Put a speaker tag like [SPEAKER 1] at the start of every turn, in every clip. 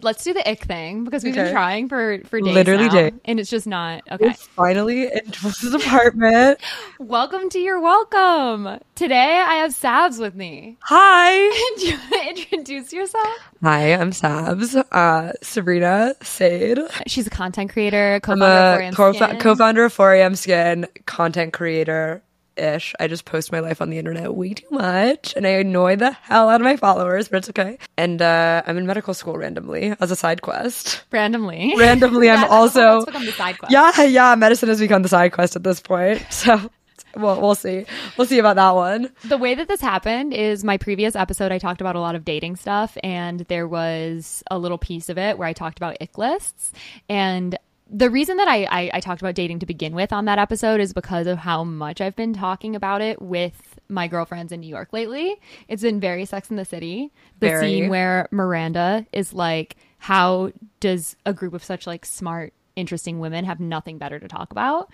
[SPEAKER 1] Let's do the ick thing because we've been
[SPEAKER 2] Okay.
[SPEAKER 1] trying for for days
[SPEAKER 2] Literally
[SPEAKER 1] now,
[SPEAKER 2] days.
[SPEAKER 1] and it's just not okay.
[SPEAKER 2] We're finally in Jules's apartment.
[SPEAKER 1] Welcome to your welcome. Today I have Sabs with me.
[SPEAKER 2] Hi.
[SPEAKER 1] Do you want to introduce yourself?
[SPEAKER 2] Hi, I'm Sabs. Uh, Sabrina Said.
[SPEAKER 1] She's a content creator,
[SPEAKER 2] I'm
[SPEAKER 1] co-founder
[SPEAKER 2] a
[SPEAKER 1] of 4AM
[SPEAKER 2] co
[SPEAKER 1] Skin.
[SPEAKER 2] founder of 4am Skin, content creator ish. I just post my life on the internet way too much and I annoy the hell out of my followers, but it's okay. And uh, I'm in medical school randomly as a side quest.
[SPEAKER 1] randomly.
[SPEAKER 2] Randomly, I'm
[SPEAKER 1] That's- that's
[SPEAKER 2] also.
[SPEAKER 1] become the side quest.
[SPEAKER 2] Yeah, yeah, medicine has become the side quest at this point. So, well, we'll see. We'll see about that one.
[SPEAKER 1] The way that this happened is my previous episode, I talked about a lot of dating stuff, and there was a little piece of it where I talked about ick lists. And the reason that I, I, I talked about dating to begin with on that episode is because of how much I've been talking about it with my girlfriends in New York lately. It's been very Sex in the City, the
[SPEAKER 2] Very.
[SPEAKER 1] scene where Miranda is like, How does a group of such like smart, interesting women have nothing better to talk about?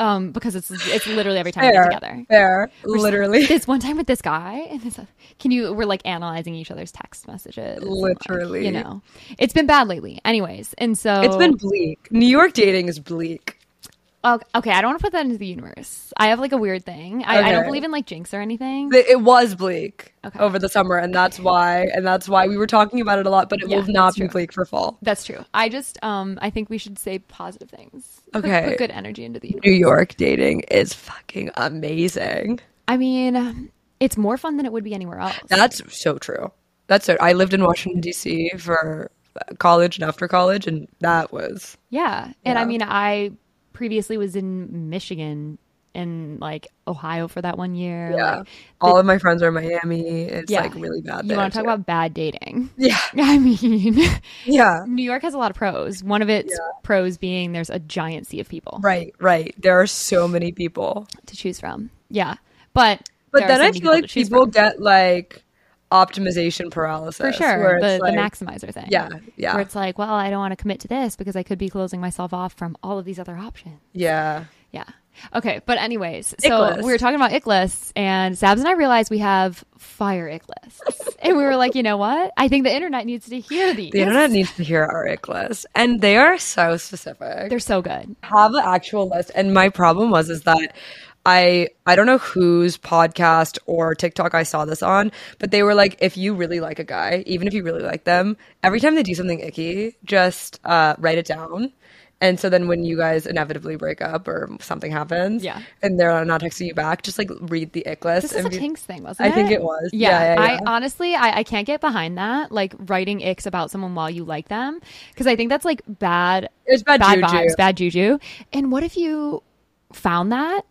[SPEAKER 1] Um, because it's it's literally every time we get
[SPEAKER 2] Fair.
[SPEAKER 1] together
[SPEAKER 2] Fair.
[SPEAKER 1] just like,
[SPEAKER 2] Literally.
[SPEAKER 1] this one time with this guy and this can you we're like analyzing each other's text messages and, like,
[SPEAKER 2] Literally.
[SPEAKER 1] you know it's been bad lately anyways and so
[SPEAKER 2] It's been bleak. New York dating is bleak.
[SPEAKER 1] oh, okay i don't want to put that into the universe i have like a weird thing i, I don't
[SPEAKER 2] Okay.
[SPEAKER 1] believe in like jinx or anything
[SPEAKER 2] It it was bleak
[SPEAKER 1] Okay.
[SPEAKER 2] over the summer, and that's why, and that's why we were talking about it a lot. But it
[SPEAKER 1] Yeah,
[SPEAKER 2] will not
[SPEAKER 1] that's
[SPEAKER 2] be
[SPEAKER 1] true.
[SPEAKER 2] bleak for fall.
[SPEAKER 1] that's true i just um i think we should say positive things Put-
[SPEAKER 2] Okay.
[SPEAKER 1] put good energy into the universe
[SPEAKER 2] New York dating is fucking amazing.
[SPEAKER 1] i mean it's more fun than it would be anywhere else
[SPEAKER 2] That's so true. That's so. I lived in Washington D.C. for college and after college, and that was
[SPEAKER 1] Yeah. And I
[SPEAKER 2] Yeah.
[SPEAKER 1] mean, I previously was in Michigan and like Ohio for that one year.
[SPEAKER 2] yeah.
[SPEAKER 1] Like,
[SPEAKER 2] All of my friends are in Miami. It's
[SPEAKER 1] Yeah.
[SPEAKER 2] like really bad.
[SPEAKER 1] you
[SPEAKER 2] there,
[SPEAKER 1] want to talk
[SPEAKER 2] too.
[SPEAKER 1] about bad dating?
[SPEAKER 2] Yeah,
[SPEAKER 1] I mean,
[SPEAKER 2] yeah.
[SPEAKER 1] New York has a lot of pros. One of its pros being there's a giant sea of people
[SPEAKER 2] Right, right. There are so many people.
[SPEAKER 1] to choose from. Yeah. But
[SPEAKER 2] But
[SPEAKER 1] there are
[SPEAKER 2] then
[SPEAKER 1] so
[SPEAKER 2] I
[SPEAKER 1] many
[SPEAKER 2] feel like
[SPEAKER 1] to choose
[SPEAKER 2] people
[SPEAKER 1] from.
[SPEAKER 2] get like optimization paralysis.
[SPEAKER 1] for sure
[SPEAKER 2] where
[SPEAKER 1] the,
[SPEAKER 2] it's like-
[SPEAKER 1] the maximizer thing.
[SPEAKER 2] Yeah, yeah.
[SPEAKER 1] Where it's like, well, I don't want to commit to this because I could be closing myself off from all of these other options.
[SPEAKER 2] Yeah.
[SPEAKER 1] Yeah. Okay. But anyways, so
[SPEAKER 2] list.
[SPEAKER 1] we were talking about ick lists, and Sabs and I realized we have fire ick lists, and we were like, you know what? I think the internet needs to hear these.
[SPEAKER 2] The internet needs to hear our ick list. And they are so specific.
[SPEAKER 1] They're so good.
[SPEAKER 2] have an actual list. And my problem was is that I I don't know whose podcast or TikTok I saw this on, but they were like, if you really like a guy, even if you really like them, every time they do something icky, just uh, write it down. And so then when you guys inevitably break up or something happens,
[SPEAKER 1] Yeah.
[SPEAKER 2] and they're not texting you back, just like read the ick list.
[SPEAKER 1] This is
[SPEAKER 2] and
[SPEAKER 1] a
[SPEAKER 2] be-
[SPEAKER 1] Tinks thing, wasn't
[SPEAKER 2] I
[SPEAKER 1] it?
[SPEAKER 2] think it was.
[SPEAKER 1] Yeah.
[SPEAKER 2] Yeah, yeah, yeah.
[SPEAKER 1] I honestly, I, I can't get behind that, like writing icks about someone while you like them, because I think that's like bad,
[SPEAKER 2] It's bad juju.
[SPEAKER 1] vibes, bad juju. And what if you found that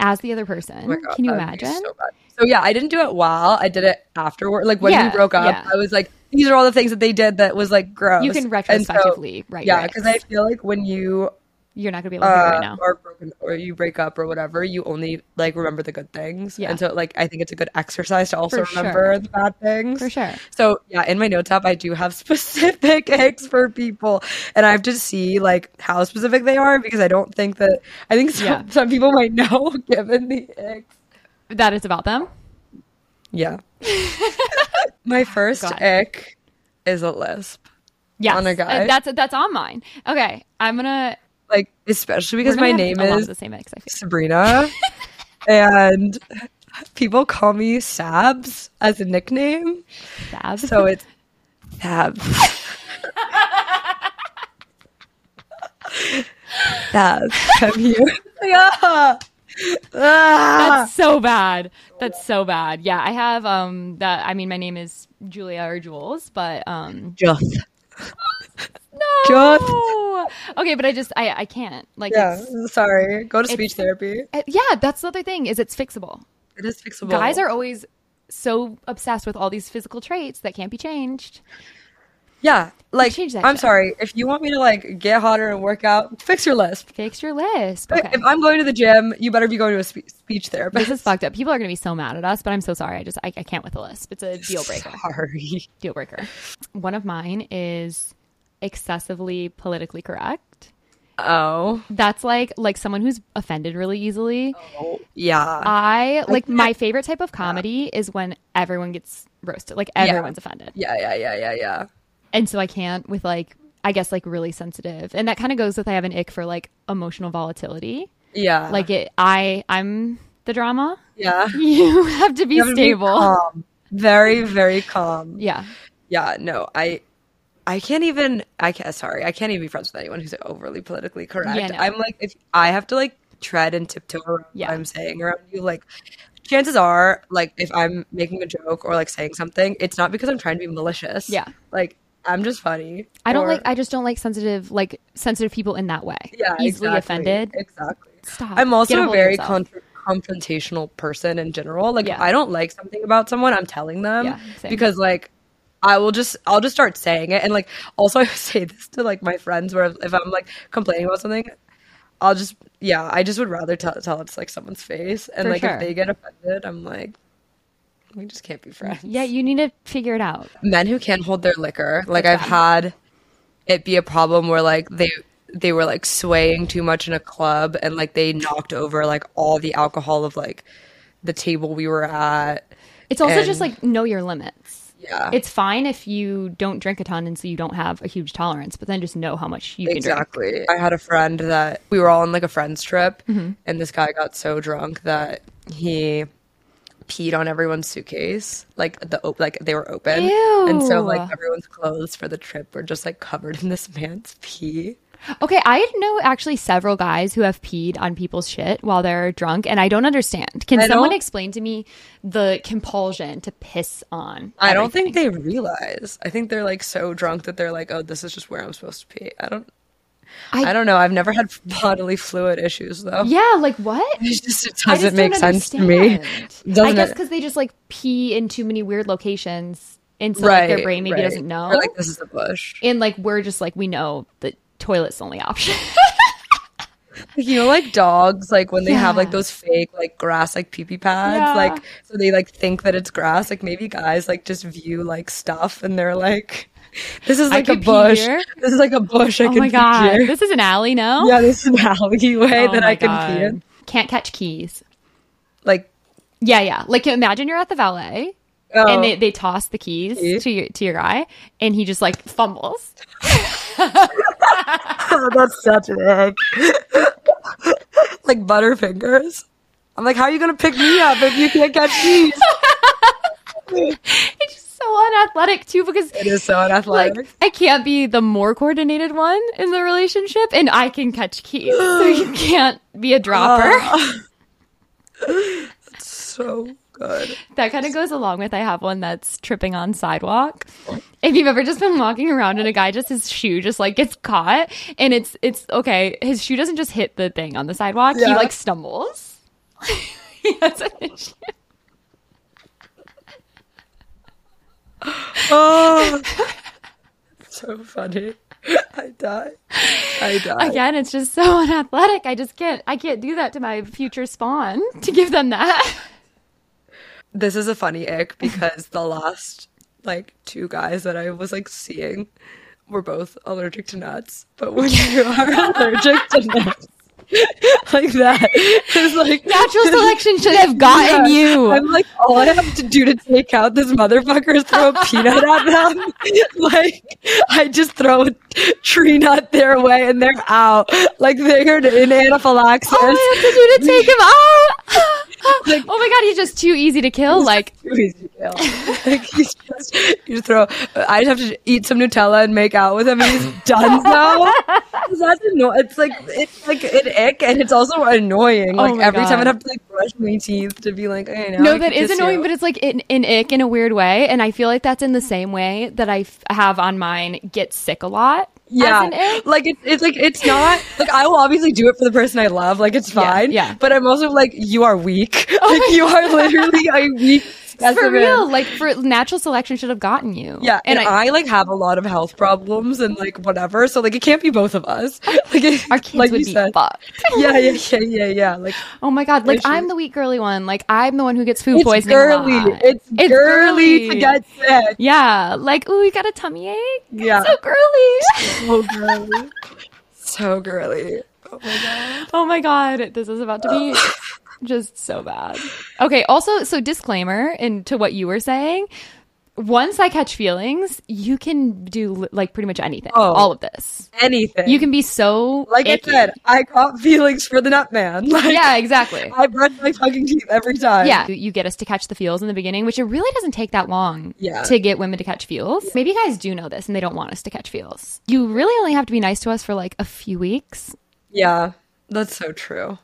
[SPEAKER 1] as the other person?
[SPEAKER 2] Oh my God,
[SPEAKER 1] Can you
[SPEAKER 2] that would be
[SPEAKER 1] imagine?
[SPEAKER 2] So, bad. So, yeah, I didn't do it while I did it afterward. Like when
[SPEAKER 1] Yeah,
[SPEAKER 2] we broke up,
[SPEAKER 1] yeah.
[SPEAKER 2] I was like, these are all the things that they did that was like gross.
[SPEAKER 1] You can
[SPEAKER 2] And so-
[SPEAKER 1] retrospectively write your
[SPEAKER 2] Yeah, because I
[SPEAKER 1] ex.
[SPEAKER 2] feel like when you
[SPEAKER 1] You're not gonna be able to hear it
[SPEAKER 2] uh,
[SPEAKER 1] right now.
[SPEAKER 2] are broken or you break up or whatever, you only like remember the good things.
[SPEAKER 1] Yeah.
[SPEAKER 2] And so like I think it's a good exercise to also
[SPEAKER 1] For
[SPEAKER 2] remember
[SPEAKER 1] sure.
[SPEAKER 2] the bad things.
[SPEAKER 1] For sure.
[SPEAKER 2] So yeah, in my notes app I do have specific eggs for people. And I have to see like how specific they are because I don't think that I think some,
[SPEAKER 1] Yeah.
[SPEAKER 2] some people might know given the eggs.
[SPEAKER 1] That it's about them.
[SPEAKER 2] Yeah. My first
[SPEAKER 1] God.
[SPEAKER 2] ick is a lisp.
[SPEAKER 1] Yes.
[SPEAKER 2] on a guy.
[SPEAKER 1] Uh, That's that's on mine. Okay, I'm gonna
[SPEAKER 2] Like, especially
[SPEAKER 1] we're
[SPEAKER 2] because
[SPEAKER 1] gonna
[SPEAKER 2] my
[SPEAKER 1] have
[SPEAKER 2] name
[SPEAKER 1] a lot of
[SPEAKER 2] is
[SPEAKER 1] the same ex. I feel.
[SPEAKER 2] Sabrina and people call me Sabs as a nickname.
[SPEAKER 1] Sab.
[SPEAKER 2] So it's Sabs. Sabs, come here. yeah. Ah.
[SPEAKER 1] that's so bad. That's so bad. Yeah, I have um that. I mean, my name is Julia or Jules, but um
[SPEAKER 2] Just.
[SPEAKER 1] no.
[SPEAKER 2] Just-
[SPEAKER 1] Okay, but I just I I can't like
[SPEAKER 2] Yeah,
[SPEAKER 1] it's-
[SPEAKER 2] sorry. Go to speech therapy.
[SPEAKER 1] uh, yeah. That's the other thing is it's fixable.
[SPEAKER 2] It is fixable.
[SPEAKER 1] Guys are always so obsessed with all these physical traits that can't be changed.
[SPEAKER 2] Yeah, like
[SPEAKER 1] change that
[SPEAKER 2] I'm
[SPEAKER 1] shit.
[SPEAKER 2] sorry. If you want me to like get hotter and work out, fix your lisp.
[SPEAKER 1] Fix your list.
[SPEAKER 2] If-
[SPEAKER 1] Okay.
[SPEAKER 2] If I'm going to the gym, you better be going to a spe- speech therapist.
[SPEAKER 1] this is fucked up. People are gonna be so mad at us, but I'm so sorry. I just I, I can't with a lisp. It's a deal breaker.
[SPEAKER 2] Sorry.
[SPEAKER 1] deal breaker. One of mine is excessively politically correct.
[SPEAKER 2] Oh.
[SPEAKER 1] That's like like someone who's offended really easily.
[SPEAKER 2] Yeah.
[SPEAKER 1] I like
[SPEAKER 2] can't-
[SPEAKER 1] my favorite type of comedy is when everyone gets roasted. Like everyone's offended.
[SPEAKER 2] yeah. Yeah. Yeah. Yeah. Yeah.
[SPEAKER 1] and so I can't with like I guess like really sensitive, and that kind of goes with I have an ick for like emotional volatility.
[SPEAKER 2] Yeah.
[SPEAKER 1] Like it, I I'm the drama.
[SPEAKER 2] yeah.
[SPEAKER 1] You have to be
[SPEAKER 2] You have to be
[SPEAKER 1] stable.
[SPEAKER 2] calm. Very, very calm.
[SPEAKER 1] Yeah.
[SPEAKER 2] Yeah, no, I I can't even I can't sorry, I can't even be friends with anyone who's overly politically correct.
[SPEAKER 1] no.
[SPEAKER 2] I'm like if I have to like tread and tiptoe around
[SPEAKER 1] Yeah.
[SPEAKER 2] what I'm saying around you, like chances are, like if I'm making a joke or like saying something, it's not because I'm trying to be malicious.
[SPEAKER 1] Yeah.
[SPEAKER 2] Like I'm just funny.
[SPEAKER 1] I don't
[SPEAKER 2] or-
[SPEAKER 1] like. I just don't like sensitive, like sensitive people in that way.
[SPEAKER 2] yeah,
[SPEAKER 1] easily
[SPEAKER 2] exactly,
[SPEAKER 1] offended.
[SPEAKER 2] Exactly.
[SPEAKER 1] Stop.
[SPEAKER 2] I'm
[SPEAKER 1] Get a
[SPEAKER 2] also a
[SPEAKER 1] hold of
[SPEAKER 2] very
[SPEAKER 1] yourself.
[SPEAKER 2] con- confrontational person in general. Like, if
[SPEAKER 1] Yeah.
[SPEAKER 2] I don't like something about someone, I'm telling them
[SPEAKER 1] Yeah, same.
[SPEAKER 2] because, like, I will just I'll just start saying it, and like, also I say this to like my friends where if I'm like complaining about something, I'll just yeah, I just would rather tell tell it to like someone's face, and
[SPEAKER 1] For
[SPEAKER 2] like
[SPEAKER 1] sure.
[SPEAKER 2] if they get offended, I'm like, we just can't be friends
[SPEAKER 1] yeah, you need to figure it out.
[SPEAKER 2] men who can't hold their liquor. Like
[SPEAKER 1] That's
[SPEAKER 2] I've had it be a problem where like they they were like swaying too much in a club and like they knocked over like all the alcohol of like the table we were at.
[SPEAKER 1] It's also
[SPEAKER 2] And-
[SPEAKER 1] just like know your limits.
[SPEAKER 2] Yeah.
[SPEAKER 1] It's fine if you don't drink a ton and so you don't have a huge tolerance, but then just know how much you can drink.
[SPEAKER 2] Exactly. I had a friend that we were all on like a friend's trip, and this guy got so drunk that he peed on everyone's suitcase, like the op- like they were open, and so like
[SPEAKER 1] Ew.
[SPEAKER 2] everyone's clothes for the trip were just like covered in this man's pee.
[SPEAKER 1] Okay, I know actually several guys who have peed on people's shit while they're drunk, and I don't understand. Can
[SPEAKER 2] I
[SPEAKER 1] someone
[SPEAKER 2] don't-
[SPEAKER 1] explain to me the compulsion to piss on?
[SPEAKER 2] I don't think
[SPEAKER 1] everything?
[SPEAKER 2] they realize. I think they're like so drunk that they're like, "Oh, this is just where I'm supposed to pee." I don't. I,
[SPEAKER 1] I-
[SPEAKER 2] don't know. I've never had bodily fluid issues though.
[SPEAKER 1] Yeah, like what?
[SPEAKER 2] It just it
[SPEAKER 1] I
[SPEAKER 2] doesn't
[SPEAKER 1] just
[SPEAKER 2] make
[SPEAKER 1] don't
[SPEAKER 2] sense to me.
[SPEAKER 1] understand. I
[SPEAKER 2] Doesn't
[SPEAKER 1] guess
[SPEAKER 2] it?
[SPEAKER 1] because they just like pee in too many weird locations, and so like,
[SPEAKER 2] Right.
[SPEAKER 1] their brain maybe
[SPEAKER 2] right.
[SPEAKER 1] doesn't know.
[SPEAKER 2] Or, like this is the bush.
[SPEAKER 1] and like we're just like we know the toilet's the only option.
[SPEAKER 2] You know, like dogs, like when they have like
[SPEAKER 1] Yeah.
[SPEAKER 2] those fake like grass like pee pee pads,
[SPEAKER 1] Yeah.
[SPEAKER 2] like so they like think that it's grass. Like maybe guys like just view like stuff and they're like, "This is
[SPEAKER 1] I
[SPEAKER 2] like a
[SPEAKER 1] could pee
[SPEAKER 2] bush.
[SPEAKER 1] here."
[SPEAKER 2] This is like a bush. I
[SPEAKER 1] oh
[SPEAKER 2] can
[SPEAKER 1] my
[SPEAKER 2] pee
[SPEAKER 1] god,
[SPEAKER 2] here.
[SPEAKER 1] this is an alley, no?
[SPEAKER 2] Yeah, this is an alleyway
[SPEAKER 1] Oh
[SPEAKER 2] that
[SPEAKER 1] my
[SPEAKER 2] I can pee
[SPEAKER 1] God.
[SPEAKER 2] in.
[SPEAKER 1] Can't catch keys.
[SPEAKER 2] Like
[SPEAKER 1] Yeah, yeah. Like imagine you're at the valet
[SPEAKER 2] Oh.
[SPEAKER 1] and they, they toss the keys
[SPEAKER 2] Key.
[SPEAKER 1] to your to your guy and he just like fumbles.
[SPEAKER 2] That's such an egg. like Butterfingers. I'm like, how are you gonna pick me up if you can't catch these?
[SPEAKER 1] It's just so unathletic too because
[SPEAKER 2] It is so unathletic.
[SPEAKER 1] like I can't be the more coordinated one in the relationship and I can catch keys. so you can't be a dropper.
[SPEAKER 2] Oh. uh, so good.
[SPEAKER 1] That kind of goes along with I have one that's tripping on sidewalk. If you've ever just been walking around and a guy just his shoe just like gets caught and it's it's okay, his shoe doesn't just hit the thing on the sidewalk, he
[SPEAKER 2] Yeah.
[SPEAKER 1] like stumbles. he has an issue.
[SPEAKER 2] Oh, so funny. I die. I die.
[SPEAKER 1] Again, it's just so unathletic. I just can't I can't do that to my future spawn to give them that.
[SPEAKER 2] This is a funny ick because the last like two guys that I was like seeing were both allergic to nuts. But when you are allergic to nuts like that, it's like
[SPEAKER 1] Natural selection should have gotten
[SPEAKER 2] Yeah.
[SPEAKER 1] you.
[SPEAKER 2] I'm like, all I have to do to take out this motherfucker is throw a peanut at them. like, I just throw a tree nut their way and they're out. Like, they're
[SPEAKER 1] Oh
[SPEAKER 2] in anaphylaxis.
[SPEAKER 1] All I have to do to take him out. oh my god, he's just too easy to kill. Like
[SPEAKER 2] He's in jail. like he's just you just throw. I just have to eat some Nutella and make out with him, and he's done so. That's annoying. It's like it's like an ick, and it's also annoying.
[SPEAKER 1] Oh
[SPEAKER 2] Like
[SPEAKER 1] my
[SPEAKER 2] every time
[SPEAKER 1] God.
[SPEAKER 2] I have to like brush my teeth to be like, okay, now
[SPEAKER 1] No,
[SPEAKER 2] I
[SPEAKER 1] that
[SPEAKER 2] can
[SPEAKER 1] is
[SPEAKER 2] kiss
[SPEAKER 1] annoying,
[SPEAKER 2] you.
[SPEAKER 1] but it's like an, an ick in a weird way. And I feel like that's in the same way that I f- have on mine get sick a lot. as an
[SPEAKER 2] yeah
[SPEAKER 1] ick.
[SPEAKER 2] like it's, it's like it's not like i will obviously do it for the person i love like it's
[SPEAKER 1] Yeah,
[SPEAKER 2] fine
[SPEAKER 1] yeah. Oh
[SPEAKER 2] but i'm also like you are weak like you are literally a weak
[SPEAKER 1] for
[SPEAKER 2] specimen.
[SPEAKER 1] real. Like, for natural selection should have gotten you.
[SPEAKER 2] yeah
[SPEAKER 1] And, I,
[SPEAKER 2] I, like have a lot of health problems and like whatever so like it can't be both of us like it,
[SPEAKER 1] our kids
[SPEAKER 2] like
[SPEAKER 1] would
[SPEAKER 2] you
[SPEAKER 1] be
[SPEAKER 2] said.
[SPEAKER 1] fucked.
[SPEAKER 2] yeah yeah yeah yeah yeah like
[SPEAKER 1] Oh my God. Like,
[SPEAKER 2] Issues.
[SPEAKER 1] I'm the weak girly one. Like, I'm the one who gets food
[SPEAKER 2] it's
[SPEAKER 1] poisoning. a
[SPEAKER 2] girly
[SPEAKER 1] lot.
[SPEAKER 2] it's, girly, to
[SPEAKER 1] girly.
[SPEAKER 2] get sick
[SPEAKER 1] Yeah. Like, ooh, you got a tummy ache?
[SPEAKER 2] Yeah.
[SPEAKER 1] So girly.
[SPEAKER 2] so girly so girly oh my god
[SPEAKER 1] Oh my god, this is about to be just so bad. Okay, also, so disclaimer and to what you were saying, once I catch feelings, you can do like pretty much anything.
[SPEAKER 2] Oh.
[SPEAKER 1] All of this.
[SPEAKER 2] Anything.
[SPEAKER 1] You can be so
[SPEAKER 2] like
[SPEAKER 1] icky.
[SPEAKER 2] I said, I caught feelings for the nut man. Like,
[SPEAKER 1] yeah, exactly.
[SPEAKER 2] I brush my fucking teeth every time.
[SPEAKER 1] Yeah, you, you get us to catch the feels in the beginning, which it really doesn't take that long
[SPEAKER 2] Yeah.
[SPEAKER 1] to get women to catch feels. Maybe you guys do know this and they don't want us to catch feels. You really only have to be nice to us for like a few weeks,
[SPEAKER 2] Yeah. That's so true.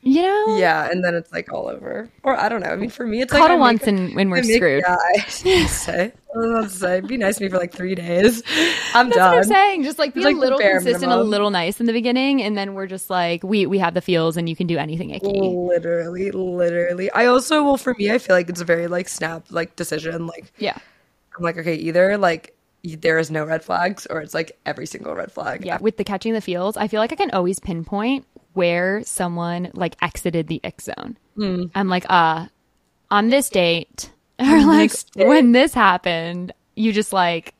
[SPEAKER 1] you know?
[SPEAKER 2] Yeah, and then it's like all over. Or I don't know. I mean, for me, it's like
[SPEAKER 1] Cuddle
[SPEAKER 2] I
[SPEAKER 1] once
[SPEAKER 2] make-
[SPEAKER 1] and, and
[SPEAKER 2] I
[SPEAKER 1] we're
[SPEAKER 2] make-
[SPEAKER 1] screwed.
[SPEAKER 2] Yeah, I was gonna say, I was about to say, be nice to me for like three days. I'm
[SPEAKER 1] That's
[SPEAKER 2] done.
[SPEAKER 1] what I'm saying. Just like be
[SPEAKER 2] It's like
[SPEAKER 1] a
[SPEAKER 2] the
[SPEAKER 1] little
[SPEAKER 2] bare
[SPEAKER 1] consistent, a
[SPEAKER 2] minimum.
[SPEAKER 1] little nice in the beginning, and then we're just like, we we have the feels, and you can do anything icky.
[SPEAKER 2] Literally, literally. I also, well, for me, I feel like it's a very like snap like decision. Like
[SPEAKER 1] Yeah,
[SPEAKER 2] I'm like, okay, either like y- there is no red flags, or it's like every single red flag.
[SPEAKER 1] yeah. With the catching the feels, I feel like I can always pinpoint where someone like exited the ick zone.
[SPEAKER 2] Hmm.
[SPEAKER 1] I'm like, uh, on this date, or like
[SPEAKER 2] this date.
[SPEAKER 1] when this happened, you just like,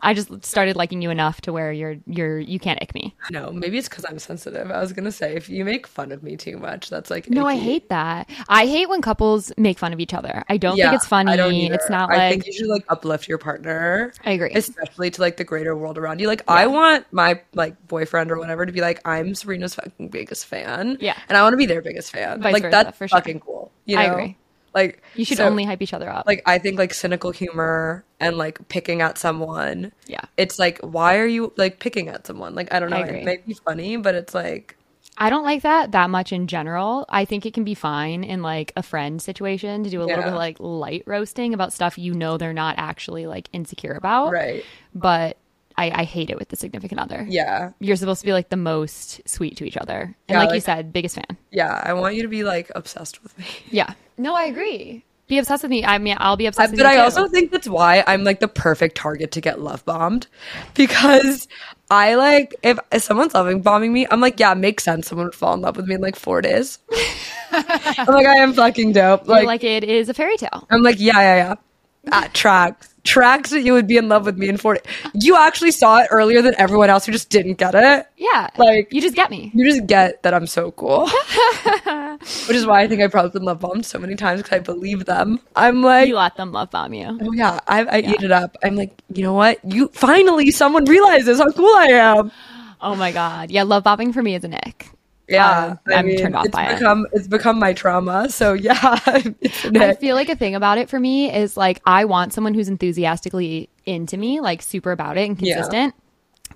[SPEAKER 1] I just started liking you enough to where you're you're you can't ick me.
[SPEAKER 2] No, maybe it's because I'm sensitive. I was gonna say if you make fun of me too much, that's like
[SPEAKER 1] No, I
[SPEAKER 2] icky.
[SPEAKER 1] hate that. I hate when couples make fun of each other. I don't think it's funny.
[SPEAKER 2] I don't either.
[SPEAKER 1] it's not
[SPEAKER 2] I
[SPEAKER 1] like
[SPEAKER 2] think you should like uplift your partner.
[SPEAKER 1] I agree.
[SPEAKER 2] especially to like the greater world around you. Like, I want my like boyfriend or whatever to be like, I'm Serena's fucking biggest fan.
[SPEAKER 1] Yeah.
[SPEAKER 2] and I want to be their biggest fan.
[SPEAKER 1] Vice
[SPEAKER 2] like
[SPEAKER 1] versa,
[SPEAKER 2] that's
[SPEAKER 1] for sure.
[SPEAKER 2] fucking cool. You know?
[SPEAKER 1] I agree.
[SPEAKER 2] Like
[SPEAKER 1] you should
[SPEAKER 2] so,
[SPEAKER 1] only hype each other up.
[SPEAKER 2] like I think like cynical humor and like picking at someone.
[SPEAKER 1] Yeah.
[SPEAKER 2] it's like why are you like picking at someone? Like I don't know.
[SPEAKER 1] I agree.
[SPEAKER 2] it might be funny, but it's like
[SPEAKER 1] I don't like that that much in general. I think it can be fine in like a friend situation to do a little bit
[SPEAKER 2] Yeah.
[SPEAKER 1] of like light roasting about stuff you know they're not actually like insecure about.
[SPEAKER 2] right.
[SPEAKER 1] But I, I hate it with the significant other.
[SPEAKER 2] Yeah,
[SPEAKER 1] You're supposed to be like the most sweet to each other. And
[SPEAKER 2] Yeah,
[SPEAKER 1] like, you
[SPEAKER 2] like-
[SPEAKER 1] said, biggest fan.
[SPEAKER 2] yeah. I want you to be like obsessed with me.
[SPEAKER 1] Yeah. No, I agree. Be obsessed with me. I mean, I'll be
[SPEAKER 2] I-
[SPEAKER 1] obsessed with
[SPEAKER 2] Uh, but
[SPEAKER 1] you
[SPEAKER 2] I
[SPEAKER 1] too.
[SPEAKER 2] also think that's why I'm like the perfect target to get love bombed because I like if, if someone's loving bombing me, I'm like, yeah, it makes sense. Someone would fall in love with me in like four days. I'm like, I am fucking dope.
[SPEAKER 1] You're
[SPEAKER 2] Like,
[SPEAKER 1] like it is a fairy tale.
[SPEAKER 2] I'm like, yeah, yeah, yeah. That tracks. Tracks that you would be in love with me in four days. You actually saw it earlier than everyone else who just didn't get it.
[SPEAKER 1] Yeah.
[SPEAKER 2] Like-
[SPEAKER 1] you just get me.
[SPEAKER 2] You just get that I'm so cool. Which is why I think I've probably been love bombed so many times because I believe them. I'm like,
[SPEAKER 1] You let them love bomb you.
[SPEAKER 2] Oh yeah, I, I eat it up. I'm like, you know what? You finally someone realizes how cool I am.
[SPEAKER 1] Oh my God. Yeah. Love bombing for me is a nick. Um,
[SPEAKER 2] Uh, I
[SPEAKER 1] I'm turned off
[SPEAKER 2] it's
[SPEAKER 1] by it.
[SPEAKER 2] become, It's become my trauma. So yeah, it's an
[SPEAKER 1] I
[SPEAKER 2] ick.
[SPEAKER 1] feel like a thing about it for me is like I want someone who's enthusiastically into me, like super about it and
[SPEAKER 2] Yeah.
[SPEAKER 1] consistent,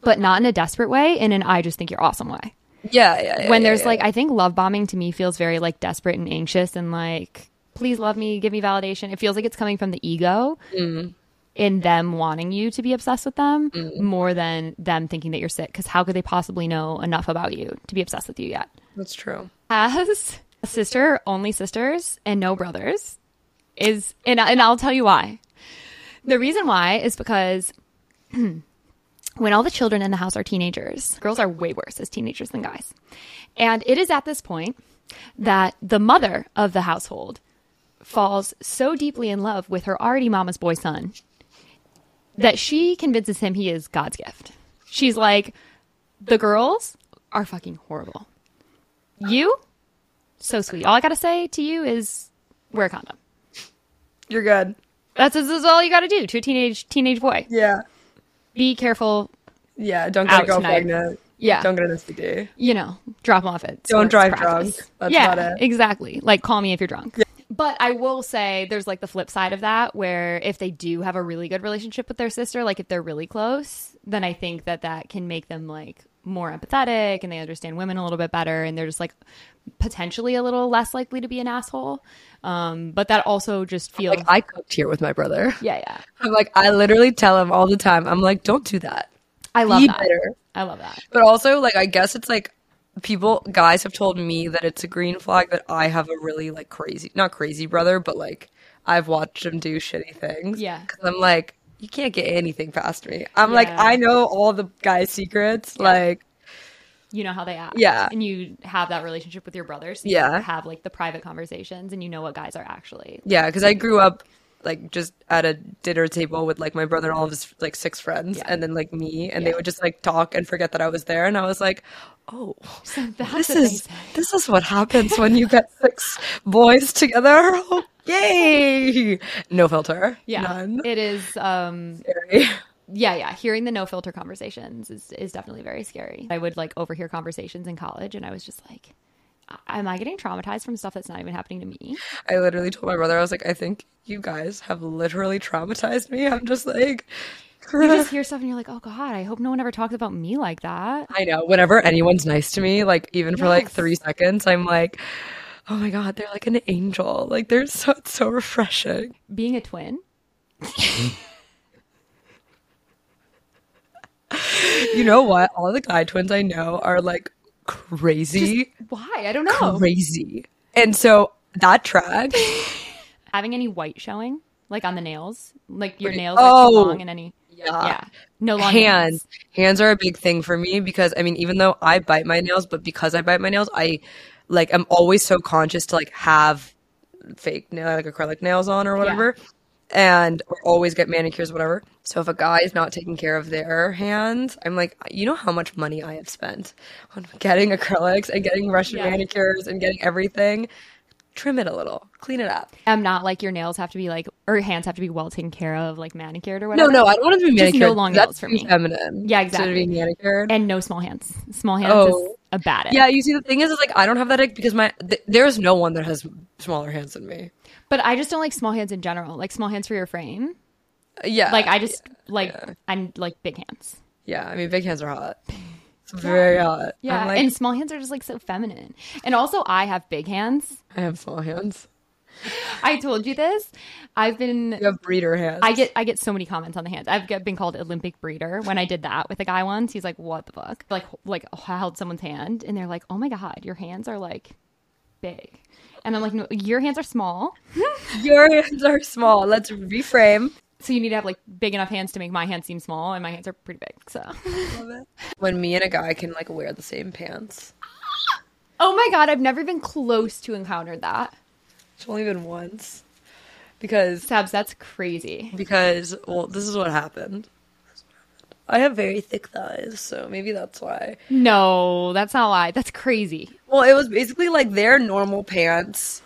[SPEAKER 1] but not in a desperate way, in an I just think you're awesome way.
[SPEAKER 2] yeah, yeah, yeah,
[SPEAKER 1] When
[SPEAKER 2] yeah,
[SPEAKER 1] there's
[SPEAKER 2] yeah.
[SPEAKER 1] like, I think love bombing to me feels very like desperate and anxious and like, please love me, give me validation. It feels like it's coming from the ego.
[SPEAKER 2] Mm-hmm.
[SPEAKER 1] In them wanting you to be obsessed with them more than them thinking that you're sick, because how could they possibly know enough about you to be obsessed with you yet?
[SPEAKER 2] that's true.
[SPEAKER 1] has a sister, only sisters, and no brothers, is and and I'll tell you why. The reason why is because when all the children in the house are teenagers, girls are way worse as teenagers than guys, and it is at this point that the mother of the household falls so deeply in love with her already mama's boy son that she convinces him he is God's gift. She's like, the girls are fucking horrible. You, so sweet. All I gotta say to you is wear a condom.
[SPEAKER 2] You're good.
[SPEAKER 1] That's this is all you gotta do to a teenage teenage boy.
[SPEAKER 2] Yeah,
[SPEAKER 1] Be careful.
[SPEAKER 2] yeah. Don't get
[SPEAKER 1] Out
[SPEAKER 2] a girl
[SPEAKER 1] tonight.
[SPEAKER 2] pregnant.
[SPEAKER 1] Yeah.
[SPEAKER 2] Don't get an STD.
[SPEAKER 1] You know, drop 'em off at. sports
[SPEAKER 2] Don't drive
[SPEAKER 1] practice.
[SPEAKER 2] drunk. That's
[SPEAKER 1] yeah,
[SPEAKER 2] not it.
[SPEAKER 1] exactly. Like call me if you're drunk. But I will say there's like the flip side of that where if they do have a really good relationship with their sister, like if they're really close, then I think that that can make them like more empathetic and they understand women a little bit better and they're just like potentially a little less likely to be an asshole. Um, but that also just feels
[SPEAKER 2] Like I cooked here with my brother.
[SPEAKER 1] yeah, yeah.
[SPEAKER 2] I'm like, I literally tell him all the time. I'm like, don't do that.
[SPEAKER 1] I love
[SPEAKER 2] Be
[SPEAKER 1] that.
[SPEAKER 2] better.
[SPEAKER 1] I love that.
[SPEAKER 2] But also, like, I guess it's like people, guys have told me that it's a green flag that I have a really, like, crazy, not crazy brother, but like, I've watched him do shitty things.
[SPEAKER 1] Yeah.
[SPEAKER 2] Cause I'm like, you can't get anything past me. I'm like,
[SPEAKER 1] Yeah.
[SPEAKER 2] I know all the guy's secrets. Like,
[SPEAKER 1] You know how they act.
[SPEAKER 2] Yeah.
[SPEAKER 1] And you have that relationship with your brothers. So
[SPEAKER 2] Yeah.
[SPEAKER 1] You have like the private conversations and you know what guys are actually.
[SPEAKER 2] yeah, cause I grew up like just at a dinner table with like my brother and all of his like six friends
[SPEAKER 1] Yeah.
[SPEAKER 2] and then like me and
[SPEAKER 1] Yeah.
[SPEAKER 2] they would just like talk and forget that I was there and I was like, "Oh,
[SPEAKER 1] So that's
[SPEAKER 2] this
[SPEAKER 1] what they
[SPEAKER 2] is
[SPEAKER 1] said.
[SPEAKER 2] this is what happens when you get six boys together." Yay! No filter.
[SPEAKER 1] Yeah.
[SPEAKER 2] None.
[SPEAKER 1] It is um
[SPEAKER 2] Scary.
[SPEAKER 1] yeah, yeah. Hearing the no filter conversations is, is definitely very scary. I would like overhear conversations in college and I was just like, "A- am I getting traumatized from stuff that's not even happening to me?
[SPEAKER 2] I literally told my brother, I was like, I think you guys have literally traumatized me. I'm just like,
[SPEAKER 1] You just hear stuff and you're like, oh God, I hope no one ever talks about me like that.
[SPEAKER 2] I know. Whenever anyone's nice to me, like even for like
[SPEAKER 1] Yes.
[SPEAKER 2] three seconds, I'm like, oh my God, they're like an angel. Like they're so it's so refreshing.
[SPEAKER 1] Being a twin,
[SPEAKER 2] You know what? All the guy twins I know are like crazy,
[SPEAKER 1] why? I don't know.
[SPEAKER 2] crazy. And so that track,
[SPEAKER 1] Having any white showing, like on the nails, like your
[SPEAKER 2] Right.
[SPEAKER 1] nails are too
[SPEAKER 2] Oh.
[SPEAKER 1] long and any,
[SPEAKER 2] Yeah.
[SPEAKER 1] no long
[SPEAKER 2] Uh, hands
[SPEAKER 1] hands.
[SPEAKER 2] hands are a big thing for me because i mean even though i bite my nails but because i bite my nails i like i'm always so conscious to like have fake nail like acrylic nails on or whatever and or always get manicures whatever so if a guy is not taking care of their hands i'm like you know how much money i have spent on getting acrylics and getting russian
[SPEAKER 1] Yeah.
[SPEAKER 2] manicures and getting everything trim it a little clean it up
[SPEAKER 1] I'm not like your nails have to be like, or your hands have to be well taken care of, like manicured or
[SPEAKER 2] no
[SPEAKER 1] whatever.
[SPEAKER 2] no i don't want it to be
[SPEAKER 1] Just
[SPEAKER 2] manicured
[SPEAKER 1] no long
[SPEAKER 2] that's
[SPEAKER 1] nails for
[SPEAKER 2] too
[SPEAKER 1] me.
[SPEAKER 2] feminine
[SPEAKER 1] Yeah,
[SPEAKER 2] to
[SPEAKER 1] exactly.
[SPEAKER 2] be manicured
[SPEAKER 1] And no small hands. Small hands is
[SPEAKER 2] Oh.
[SPEAKER 1] a bad
[SPEAKER 2] Yeah, you see, the thing is, is like I don't have that ick because my th- there's no one that has smaller hands than me.
[SPEAKER 1] But I just don't like small hands in general. Like small hands for your frame.
[SPEAKER 2] Yeah,
[SPEAKER 1] Like I just like I'm like big hands.
[SPEAKER 2] yeah. I mean, big hands are hot. It's very hot.
[SPEAKER 1] Yeah,
[SPEAKER 2] I'm like,
[SPEAKER 1] and small hands are just like so feminine. And also, I have big hands.
[SPEAKER 2] I have small hands.
[SPEAKER 1] I told you this. I've been
[SPEAKER 2] You have breeder hands.
[SPEAKER 1] I get I get so many comments on the hands. I've get, been called Olympic breeder when I did that with a guy once. He's like, "What the fuck?" Like like held someone's hand and they're like, "Oh my god, your hands are like big." And I'm like, "No, your hands are small.
[SPEAKER 2] your hands are small. Let's reframe.
[SPEAKER 1] So you need to have like big enough hands to make my hands seem small and my hands are pretty big." So
[SPEAKER 2] When me and a guy can like wear the same pants,
[SPEAKER 1] Oh my god, I've never even close to encountered that.
[SPEAKER 2] it's only been once because
[SPEAKER 1] Sabs, that's crazy.
[SPEAKER 2] because well, this is what happened. I have very thick thighs, so maybe that's why.
[SPEAKER 1] No, that's not why. That's crazy.
[SPEAKER 2] Well, it was basically like their normal pants.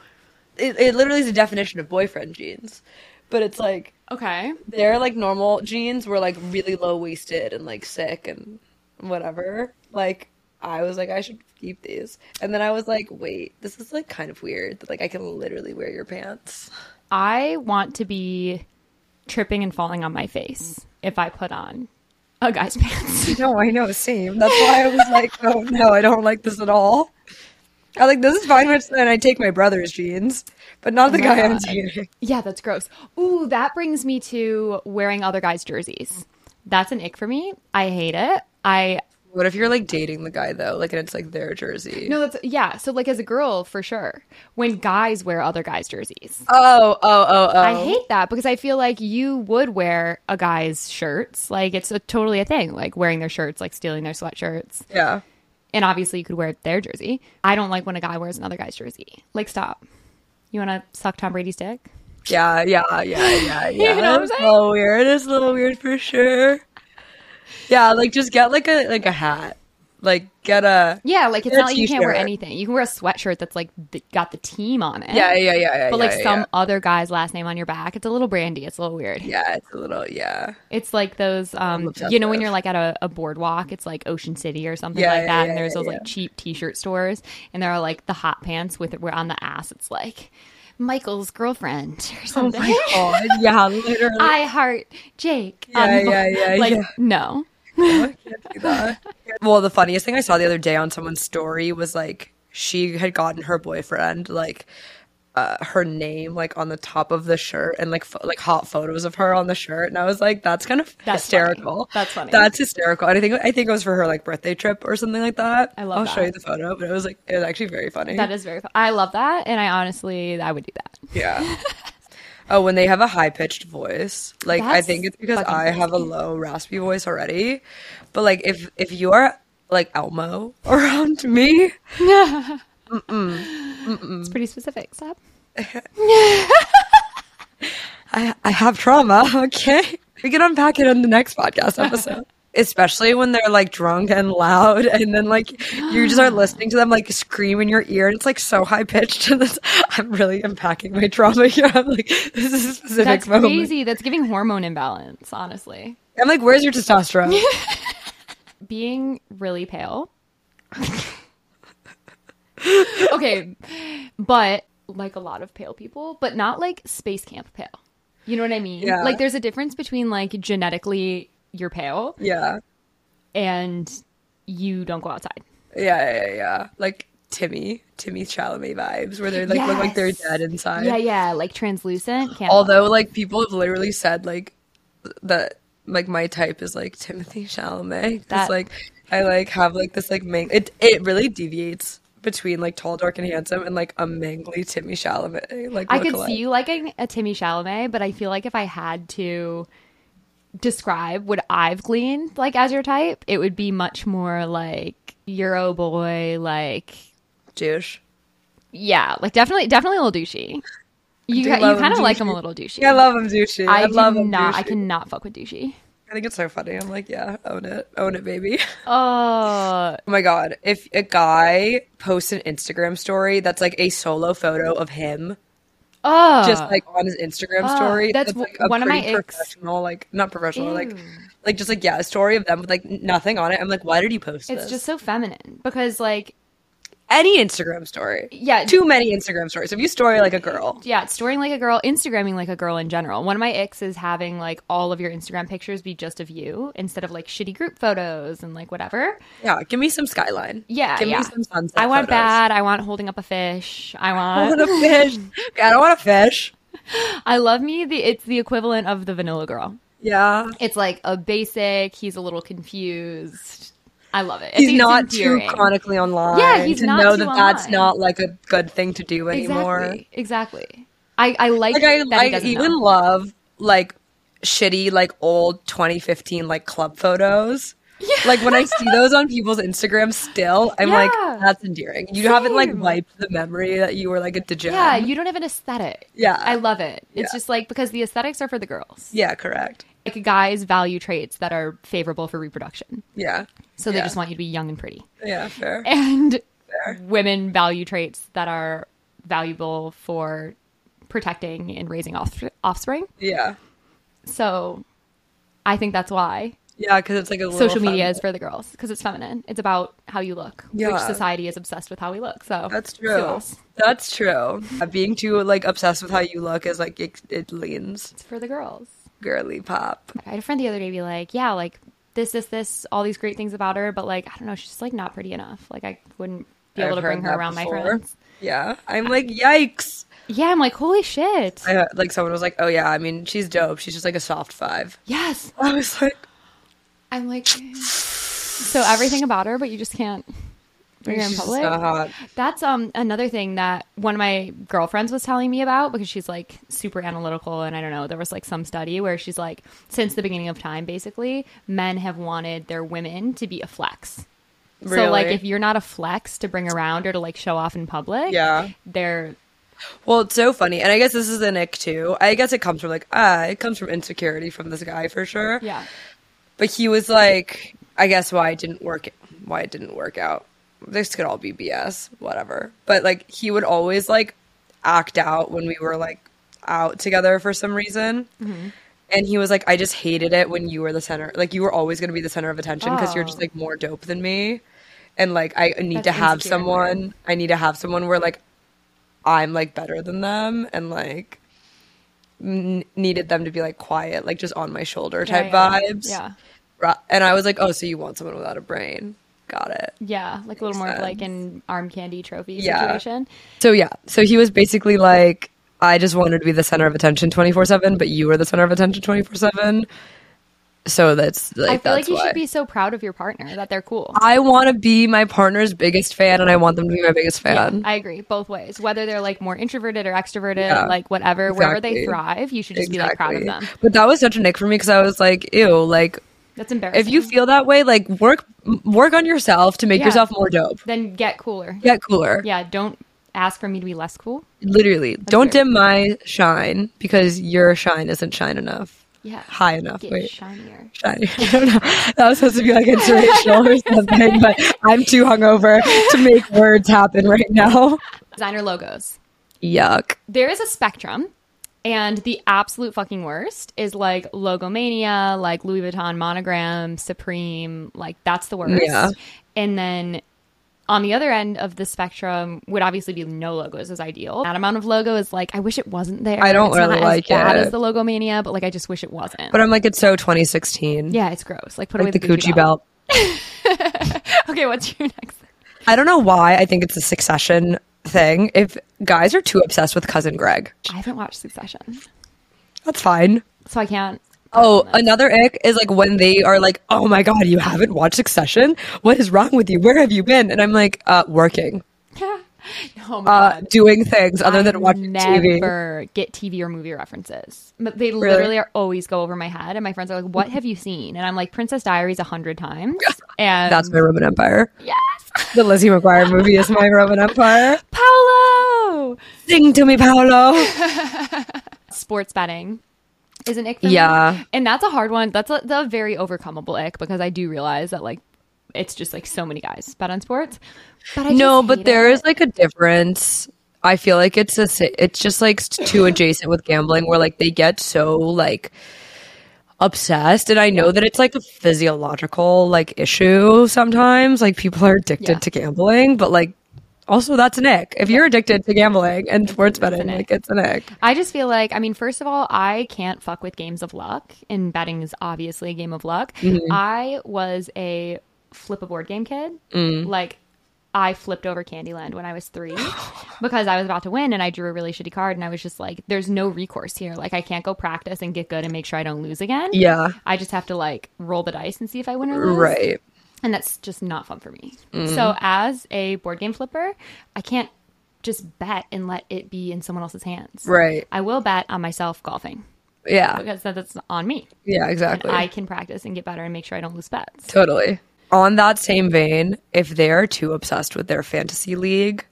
[SPEAKER 2] It, it literally is a definition of boyfriend jeans, but it's like
[SPEAKER 1] Okay.
[SPEAKER 2] their like normal jeans were like really low waisted and like sick and whatever. Like I was like I should keep these, and then I was like, wait, this is like kind of weird that like I can literally wear your pants.
[SPEAKER 1] I want to be tripping and falling on my face if I put on a guy's pants.
[SPEAKER 2] No, I know, same. That's why I was like, oh no, I don't like this at all. I like this is fine, but then I take my brother's jeans, but not the
[SPEAKER 1] my
[SPEAKER 2] guy I'm
[SPEAKER 1] God.
[SPEAKER 2] dating.
[SPEAKER 1] yeah, that's gross. Ooh, that brings me to wearing other guys' jerseys. That's an ick for me. I hate it. I
[SPEAKER 2] What if you're like dating the guy though? Like, and it's like their jersey.
[SPEAKER 1] no, that's yeah. So like as a girl, for sure, when guys wear other guys' jerseys,
[SPEAKER 2] Oh, oh, oh, oh.
[SPEAKER 1] I hate that because I feel like you would wear a guy's shirts. Like it's a, totally a thing. Like wearing their shirts, like stealing their sweatshirts.
[SPEAKER 2] Yeah.
[SPEAKER 1] And obviously, you could wear their jersey. I don't like when a guy wears another guy's jersey. Like, stop. You want to suck Tom Brady's dick?
[SPEAKER 2] Yeah, yeah, yeah, yeah, yeah.
[SPEAKER 1] know what I'm
[SPEAKER 2] That's a
[SPEAKER 1] saying?
[SPEAKER 2] little weird. It's a little weird for sure. Yeah, like just get like a like a hat. Like get a
[SPEAKER 1] Yeah, like it's
[SPEAKER 2] Or a
[SPEAKER 1] not like you can't wear
[SPEAKER 2] t-shirt.
[SPEAKER 1] anything. You can wear a sweatshirt that's like th- got the team on it.
[SPEAKER 2] yeah, yeah, yeah, yeah.
[SPEAKER 1] But like
[SPEAKER 2] yeah,
[SPEAKER 1] some other guy's last name on your back, it's a little brandy. It's a little weird.
[SPEAKER 2] Yeah. yeah, it's a little yeah.
[SPEAKER 1] It's like those, um,
[SPEAKER 2] obsessed
[SPEAKER 1] you know, when
[SPEAKER 2] with.
[SPEAKER 1] you're like at a, a boardwalk, it's like Ocean City or something
[SPEAKER 2] Yeah,
[SPEAKER 1] like
[SPEAKER 2] yeah,
[SPEAKER 1] that.
[SPEAKER 2] yeah,
[SPEAKER 1] and there's
[SPEAKER 2] yeah,
[SPEAKER 1] those like cheap T-shirt stores, and there are like the hot pants with it. Where on the ass, it's like Michael's girlfriend or something.
[SPEAKER 2] Oh yeah, literally.
[SPEAKER 1] I heart Jake. Um,
[SPEAKER 2] Yeah, yeah, yeah,
[SPEAKER 1] Like,
[SPEAKER 2] yeah.
[SPEAKER 1] no.
[SPEAKER 2] can't do that. Well, the funniest thing I saw the other day on someone's story was like she had gotten her boyfriend like uh, her name like on the top of the shirt and like fo- like hot photos of her on the shirt, and I was like, that's kind of
[SPEAKER 1] That's
[SPEAKER 2] hysterical.
[SPEAKER 1] funny. That's funny.
[SPEAKER 2] That's hysterical. And I think I think it was for her like birthday trip or something like that.
[SPEAKER 1] I love
[SPEAKER 2] I'll show
[SPEAKER 1] that.
[SPEAKER 2] you the photo, but it was like it was actually very funny.
[SPEAKER 1] That is very fun. I love that. And I honestly, I would do that.
[SPEAKER 2] yeah. Oh, when they have a high pitched voice, like I
[SPEAKER 1] That's
[SPEAKER 2] think it's because
[SPEAKER 1] fucking
[SPEAKER 2] I have a
[SPEAKER 1] crazy.
[SPEAKER 2] low raspy voice already. But like if if you are like Elmo around me, Mm.
[SPEAKER 1] It's pretty specific. Stop.
[SPEAKER 2] I, I have trauma. Okay. We can unpack it on the next podcast episode. Especially when they're like drunk and loud, and then like you just are listening to them like scream in your ear, and it's like so high pitched. And it's, I'm really unpacking my trauma here. I'm like, this is a specific
[SPEAKER 1] That's
[SPEAKER 2] moment.
[SPEAKER 1] crazy. That's giving hormone imbalance, honestly.
[SPEAKER 2] I'm like, where's your testosterone?
[SPEAKER 1] Being really pale. okay. But like a lot of pale people, but not like space camp pale. You know what I mean?
[SPEAKER 2] Yeah.
[SPEAKER 1] Like there's a difference between like genetically you're pale
[SPEAKER 2] yeah.
[SPEAKER 1] and you don't go outside.
[SPEAKER 2] Yeah, yeah, yeah. Like Timmy, Timmy Chalamet vibes, where they're like look like they're
[SPEAKER 1] Yes.
[SPEAKER 2] dead inside.
[SPEAKER 1] Yeah, yeah, like translucent. Can't
[SPEAKER 2] Although like people have literally said like that like my type is like Timothy Chalamet. 'cause,
[SPEAKER 1] That-
[SPEAKER 2] like I like have like this like mang it it really deviates between like tall, dark, and handsome and like a mangly Timmy Chalamet. Like
[SPEAKER 1] I could
[SPEAKER 2] lookalike.
[SPEAKER 1] see you liking a Timmy Chalamet, but I feel like if I had to describe what I've gleaned like as your type, it would be much more like Euro boy, like
[SPEAKER 2] douche.
[SPEAKER 1] yeah, like definitely definitely a little douchey. You
[SPEAKER 2] do
[SPEAKER 1] you
[SPEAKER 2] love him
[SPEAKER 1] kind of like him a
[SPEAKER 2] douchey.
[SPEAKER 1] little douchey.
[SPEAKER 2] Yeah, I love him douchey. I,
[SPEAKER 1] I,
[SPEAKER 2] love
[SPEAKER 1] do
[SPEAKER 2] him
[SPEAKER 1] not. I
[SPEAKER 2] douchey.
[SPEAKER 1] cannot fuck with douchey.
[SPEAKER 2] I think it's so funny. I'm like, yeah, own it, own it, baby.
[SPEAKER 1] Oh,
[SPEAKER 2] Oh my god, if a guy posts an Instagram story that's like a solo photo of him
[SPEAKER 1] oh,
[SPEAKER 2] just like on his Instagram
[SPEAKER 1] Oh,
[SPEAKER 2] story,
[SPEAKER 1] that's
[SPEAKER 2] like
[SPEAKER 1] one of my
[SPEAKER 2] pretty
[SPEAKER 1] ex-
[SPEAKER 2] professional, like not professional, like
[SPEAKER 1] Ew.
[SPEAKER 2] like just like yeah, a story of them with like nothing on it. I'm like, why did he post
[SPEAKER 1] it's
[SPEAKER 2] this?
[SPEAKER 1] just so feminine because like
[SPEAKER 2] any Instagram story.
[SPEAKER 1] Yeah.
[SPEAKER 2] Too many Instagram stories. If you story like a girl.
[SPEAKER 1] yeah, it's storing like a girl, Instagramming like a girl in general. One of my icks is having like all of your Instagram pictures be just of you instead of like shitty group photos and like whatever.
[SPEAKER 2] Yeah, give me some skyline.
[SPEAKER 1] Yeah,
[SPEAKER 2] Give
[SPEAKER 1] yeah.
[SPEAKER 2] me some sunset.
[SPEAKER 1] I want
[SPEAKER 2] photos.
[SPEAKER 1] bad. I want holding up a fish. I
[SPEAKER 2] I
[SPEAKER 1] want.
[SPEAKER 2] want a fish. I don't want a fish.
[SPEAKER 1] I love me. The it's the equivalent of the vanilla girl.
[SPEAKER 2] Yeah.
[SPEAKER 1] It's like a basic. He's a little confused. I love it.
[SPEAKER 2] He's
[SPEAKER 1] It's
[SPEAKER 2] not
[SPEAKER 1] endearing.
[SPEAKER 2] too chronically online.
[SPEAKER 1] Yeah, he's
[SPEAKER 2] to
[SPEAKER 1] not
[SPEAKER 2] know
[SPEAKER 1] too
[SPEAKER 2] that that's
[SPEAKER 1] online.
[SPEAKER 2] not like a good thing to do anymore.
[SPEAKER 1] Exactly. Exactly. I I like,
[SPEAKER 2] like I,
[SPEAKER 1] that he
[SPEAKER 2] I
[SPEAKER 1] doesn't
[SPEAKER 2] even
[SPEAKER 1] know.
[SPEAKER 2] love like shitty like old 2015 like club photos. Like when I see those on people's Instagram still, I'm like,
[SPEAKER 1] Yeah.
[SPEAKER 2] that's endearing. You haven't like
[SPEAKER 1] Same.
[SPEAKER 2] wiped the memory that you were like a degenerate.
[SPEAKER 1] Yeah, you don't have an aesthetic.
[SPEAKER 2] Yeah.
[SPEAKER 1] I love it. It's
[SPEAKER 2] Yeah.
[SPEAKER 1] just like because the aesthetics are for the girls.
[SPEAKER 2] yeah, correct.
[SPEAKER 1] like guys value traits that are favorable for reproduction.
[SPEAKER 2] Yeah.
[SPEAKER 1] So they
[SPEAKER 2] Yeah.
[SPEAKER 1] just want you to be young and pretty.
[SPEAKER 2] Yeah, fair.
[SPEAKER 1] And
[SPEAKER 2] Fair.
[SPEAKER 1] women value traits that are valuable for protecting and raising off- offspring.
[SPEAKER 2] Yeah.
[SPEAKER 1] So I think that's why
[SPEAKER 2] Yeah, because it's like a
[SPEAKER 1] social
[SPEAKER 2] little
[SPEAKER 1] media
[SPEAKER 2] fun-
[SPEAKER 1] is for the girls because it's feminine. It's about how you look,
[SPEAKER 2] Yeah.
[SPEAKER 1] which society is obsessed with how we look. So
[SPEAKER 2] That's
[SPEAKER 1] sue
[SPEAKER 2] true.
[SPEAKER 1] us.
[SPEAKER 2] That's true. Uh, Being too like obsessed with how you look is like it, it leans
[SPEAKER 1] It's for the girls.
[SPEAKER 2] girly pop.
[SPEAKER 1] I had a friend the other day be like, yeah, like this, this, this, all these great things about her, but like, I don't know, she's just like not pretty enough. Like, I wouldn't be able
[SPEAKER 2] I've
[SPEAKER 1] to
[SPEAKER 2] heard
[SPEAKER 1] bring her
[SPEAKER 2] that
[SPEAKER 1] around my
[SPEAKER 2] before.
[SPEAKER 1] friends.
[SPEAKER 2] Yeah, I'm like yikes.
[SPEAKER 1] Yeah, I'm like, holy shit.
[SPEAKER 2] I, uh, like someone was like, "Oh yeah, I mean, she's dope. She's just like a soft five.
[SPEAKER 1] yes.
[SPEAKER 2] I was like,
[SPEAKER 1] I'm like, so everything about her, but you just can't bring her in
[SPEAKER 2] "She's
[SPEAKER 1] public.
[SPEAKER 2] so hot."
[SPEAKER 1] That's um another thing that one of my girlfriends was telling me about because she's like super analytical and I don't know, there was like some study where she's like since the beginning of time basically, men have wanted their women to be a flex. So like
[SPEAKER 2] Really?
[SPEAKER 1] if you're not a flex to bring around or to like show off in public,
[SPEAKER 2] Yeah.
[SPEAKER 1] they're
[SPEAKER 2] Well, it's so funny, and I guess this is an ick too. I guess it comes from like ah, it comes from insecurity from this guy for sure.
[SPEAKER 1] yeah.
[SPEAKER 2] But he was like, I guess why it didn't work, why it didn't work out. This could all be BS, whatever. But like, he would always like act out when we were like out together for some reason.
[SPEAKER 1] Mm-hmm.
[SPEAKER 2] And he was like, I just hated it when you were the center. Like, you were always going to be the center of attention because you're just
[SPEAKER 1] Oh.
[SPEAKER 2] like more dope than me. And like, I need to
[SPEAKER 1] That's
[SPEAKER 2] have
[SPEAKER 1] insecure and
[SPEAKER 2] someone, I need to have someone where like I'm like better than them and like n- needed them to be like quiet, like just on my shoulder type
[SPEAKER 1] yeah, yeah.
[SPEAKER 2] vibes.
[SPEAKER 1] Yeah.
[SPEAKER 2] Ra- And I was like, oh, so you want someone without a brain? Got it.
[SPEAKER 1] Yeah, like a little more of, like
[SPEAKER 2] sense.
[SPEAKER 1] an arm candy trophy
[SPEAKER 2] Yeah.
[SPEAKER 1] situation.
[SPEAKER 2] So yeah, so he was basically like, I just wanted to be the center of attention twenty four seven, but you were the center of attention twenty four seven. So that's like
[SPEAKER 1] I feel
[SPEAKER 2] that's
[SPEAKER 1] like you
[SPEAKER 2] why.
[SPEAKER 1] should be so proud of your partner that they're cool.
[SPEAKER 2] I want to be my partner's biggest fan, and I want them to be my biggest fan.
[SPEAKER 1] I agree both ways. Whether they're like more introverted or extroverted,
[SPEAKER 2] Yeah.
[SPEAKER 1] like whatever, wherever they
[SPEAKER 2] Exactly.
[SPEAKER 1] thrive, you should just be like proud of them.
[SPEAKER 2] But that was such a nick for me because I was like, ew, like
[SPEAKER 1] That's embarrassing.
[SPEAKER 2] if you feel that way, like work work on yourself to make
[SPEAKER 1] Yeah.
[SPEAKER 2] yourself more dope.
[SPEAKER 1] then get cooler.
[SPEAKER 2] Get cooler.
[SPEAKER 1] Yeah, don't ask for me to be less cool?
[SPEAKER 2] Literally, don't
[SPEAKER 1] very
[SPEAKER 2] dim my shine because your shine isn't shine enough.
[SPEAKER 1] Yeah.
[SPEAKER 2] High enough.
[SPEAKER 1] Get
[SPEAKER 2] Wait.
[SPEAKER 1] shinier.
[SPEAKER 2] Shiny. I don't know. That was supposed to be like inspirational or something, but I'm too hungover to make words happen right now.
[SPEAKER 1] Designer logos.
[SPEAKER 2] Yuck.
[SPEAKER 1] There is a spectrum, and the absolute fucking worst is like logomania, like Louis Vuitton monogram, Supreme, like that's the worst.
[SPEAKER 2] Yeah.
[SPEAKER 1] And then on the other end of the spectrum would obviously be no logos is ideal. That amount of logo is like I wish it wasn't there.
[SPEAKER 2] I don't
[SPEAKER 1] It's
[SPEAKER 2] really
[SPEAKER 1] not
[SPEAKER 2] like
[SPEAKER 1] as bad
[SPEAKER 2] it.
[SPEAKER 1] as the logomania, but like I just wish it wasn't.
[SPEAKER 2] But I'm like, it's so 2016.
[SPEAKER 1] yeah, it's gross. Like put away
[SPEAKER 2] Like the coochie belt.
[SPEAKER 1] Okay, what's your next?
[SPEAKER 2] I don't know why I think it's a succession thing. If guys are too obsessed with cousin Greg,
[SPEAKER 1] I haven't watched Succession,
[SPEAKER 2] that's fine.
[SPEAKER 1] so I can't.
[SPEAKER 2] Oh, another ick is like when they are like, "Oh my god, you haven't watched Succession? What is wrong with you? Where have you been?" And I'm like, uh, "Working,
[SPEAKER 1] oh my
[SPEAKER 2] uh, doing things other
[SPEAKER 1] I
[SPEAKER 2] than watching TV."
[SPEAKER 1] never get TV or movie references. But they literally are always go over my head, and my friends are like, "What have you seen?" And I'm like, "Princess Diaries" a hundred times, and
[SPEAKER 2] That's my Roman Empire.
[SPEAKER 1] yes,
[SPEAKER 2] The Lizzie McGuire movie is my Roman Empire.
[SPEAKER 1] Paolo.
[SPEAKER 2] Sing to me, Paolo.
[SPEAKER 1] Sports betting is an ick. For
[SPEAKER 2] Yeah.
[SPEAKER 1] me. and that's a hard one. That's a, the very overcomable ick because I do realize that like it's just like so many guys bet on sports. But I
[SPEAKER 2] No,
[SPEAKER 1] just
[SPEAKER 2] but
[SPEAKER 1] hate
[SPEAKER 2] there
[SPEAKER 1] it.
[SPEAKER 2] is like a difference. I feel like it's a si- it's just like s- too adjacent with gambling where like they get so like obsessed and I know that it's like a physiological like issue sometimes like people are addicted
[SPEAKER 1] Yeah.
[SPEAKER 2] to gambling but like also that's an ick. If you're addicted to gambling and sports betting like it's an ick.
[SPEAKER 1] I just feel like, I mean, first of all, I can't fuck with games of luck, and betting is obviously a game of luck.
[SPEAKER 2] Mm-hmm.
[SPEAKER 1] I was a flip a board game kid.
[SPEAKER 2] Mm.
[SPEAKER 1] Like, I flipped over Candyland when I was three because I was about to win and I drew a really shitty card, and I was just like, there's no recourse here. Like, I can't go practice and get good and make sure I don't lose again.
[SPEAKER 2] Yeah.
[SPEAKER 1] I just have to, like, roll the dice and see if I win or lose
[SPEAKER 2] Right. Mm-hmm.
[SPEAKER 1] and that's just not fun for me. So as a board game flipper, I can't just bet and let it be in someone else's hands.
[SPEAKER 2] Right.
[SPEAKER 1] I will bet on myself golfing
[SPEAKER 2] Yeah.
[SPEAKER 1] because that- that's on me.
[SPEAKER 2] Yeah,
[SPEAKER 1] And
[SPEAKER 2] exactly.
[SPEAKER 1] I can practice and get better and make sure I don't lose bets.
[SPEAKER 2] Totally. On that same vein, if they're too obsessed with their fantasy league,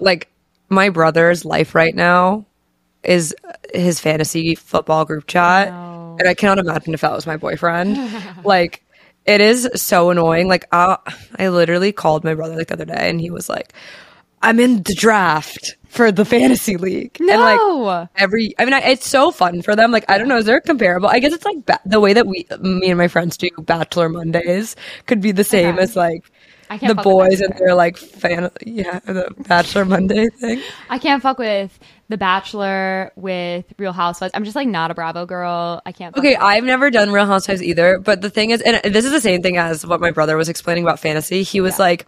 [SPEAKER 2] like my brother's life right now is his fantasy football group chat.
[SPEAKER 1] No.
[SPEAKER 2] And I cannot imagine if that was my boyfriend. like, it is so annoying. Like, I, I literally called my brother like the other day and he was like, I'm in the draft for the fantasy league. And
[SPEAKER 1] No.
[SPEAKER 2] like every, I mean, I, it's so fun for them. Like, I don't know, is there a comparable? I guess it's like ba- the way that we, me and my friends do Bachelor Mondays could be the same
[SPEAKER 1] Okay.
[SPEAKER 2] as like
[SPEAKER 1] I can't
[SPEAKER 2] the
[SPEAKER 1] fuck with
[SPEAKER 2] boys
[SPEAKER 1] that
[SPEAKER 2] and their like fan, yeah, the Bachelor Monday thing.
[SPEAKER 1] I can't fuck with The Bachelor, with Real Housewives. I'm just like not a Bravo girl. I can't. Fuck
[SPEAKER 2] Okay,
[SPEAKER 1] with-
[SPEAKER 2] I've never done Real Housewives either, but the thing is, and this is the same thing as what my brother was explaining about fantasy. He was like,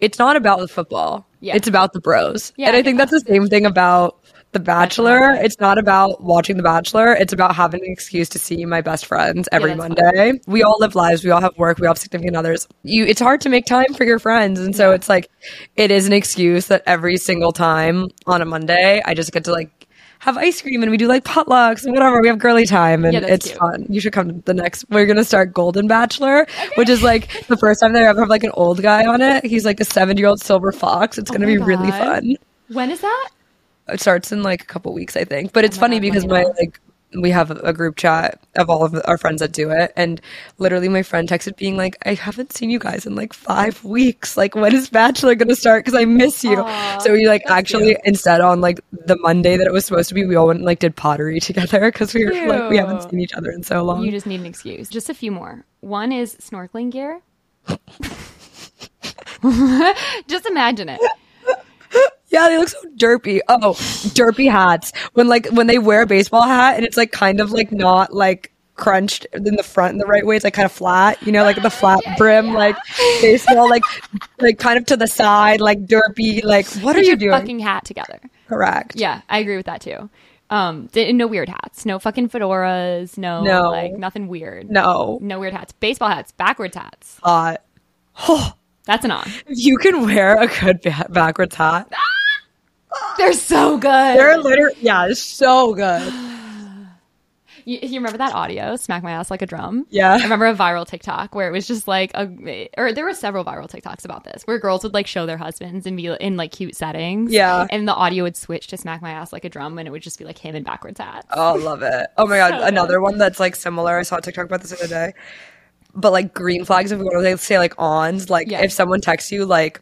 [SPEAKER 2] "It's not about the football;
[SPEAKER 1] Yeah.
[SPEAKER 2] it's about the bros."
[SPEAKER 1] Yeah,
[SPEAKER 2] and
[SPEAKER 1] I
[SPEAKER 2] I think that's the same thing about The Bachelor. It's not about watching The Bachelor; it's about having an excuse to see my best friends every
[SPEAKER 1] that's fine.
[SPEAKER 2] Monday. We all live lives; we all have work; we all have significant others. You, it's hard to make time for your friends, and so it's like, it is an excuse that every single time on a Monday, I just get to like. Have ice cream and we do like potlucks and whatever. We have girly time and
[SPEAKER 1] Yeah, that's
[SPEAKER 2] it's
[SPEAKER 1] cute.
[SPEAKER 2] fun. You should come to the next. We're gonna start Golden Bachelor, which is like the first time they ever have like an old guy on it. He's like a seven-year-old silver fox. It's gonna
[SPEAKER 1] Oh my
[SPEAKER 2] be really
[SPEAKER 1] God.
[SPEAKER 2] fun.
[SPEAKER 1] When is that?
[SPEAKER 2] It starts in like a couple weeks, I think. But it's
[SPEAKER 1] Oh my
[SPEAKER 2] funny
[SPEAKER 1] God, let
[SPEAKER 2] because
[SPEAKER 1] me
[SPEAKER 2] my
[SPEAKER 1] know.
[SPEAKER 2] like we have a group chat of all of our friends that do it, and literally my friend texted being like, "I haven't seen you guys in like five weeks. Like, when is Bachelor gonna start? Because I miss you."
[SPEAKER 1] Aw,
[SPEAKER 2] so we like
[SPEAKER 1] that's
[SPEAKER 2] actually instead on like the Monday that it was supposed to be, we all went and like did pottery together because we were like we haven't
[SPEAKER 1] Cute.
[SPEAKER 2] seen each other in so long.
[SPEAKER 1] You just need an excuse. Just a few more. One is snorkeling gear. just imagine it.
[SPEAKER 2] Yeah, they look so derpy. Oh, derpy hats. When like when they wear a baseball hat and it's like kind of like not like crunched in the front in the right way. It's like kind of flat, you know, like the flat brim, like baseball, like like kind of to the side, like derpy. Like what are
[SPEAKER 1] Put
[SPEAKER 2] you
[SPEAKER 1] your
[SPEAKER 2] doing?
[SPEAKER 1] fucking hat together.
[SPEAKER 2] Correct.
[SPEAKER 1] Yeah, I agree with that too. Um, th- no weird hats, no fucking fedoras, no,
[SPEAKER 2] No.
[SPEAKER 1] like nothing weird.
[SPEAKER 2] No.
[SPEAKER 1] no weird hats. Baseball hats, backwards hats.
[SPEAKER 2] Hot.
[SPEAKER 1] That's an on.
[SPEAKER 2] If you can wear a good ba- backwards hat,
[SPEAKER 1] They're so good.
[SPEAKER 2] they're literally yeah, it's so good.
[SPEAKER 1] You, you remember that audio, smack my ass like a drum?
[SPEAKER 2] Yeah.
[SPEAKER 1] I remember a viral TikTok where it was just like a, or there were several viral TikToks about this where girls would like show their husbands and be in like cute settings.
[SPEAKER 2] Yeah.
[SPEAKER 1] And the audio would switch to smack my ass like a drum and it would just be like him in backwards hats.
[SPEAKER 2] Oh, love it. Oh my god,
[SPEAKER 1] So
[SPEAKER 2] another one that's like similar. I saw a TikTok about this the other day. But like green flags if we want to say like ons, like
[SPEAKER 1] Yeah.
[SPEAKER 2] if someone texts you like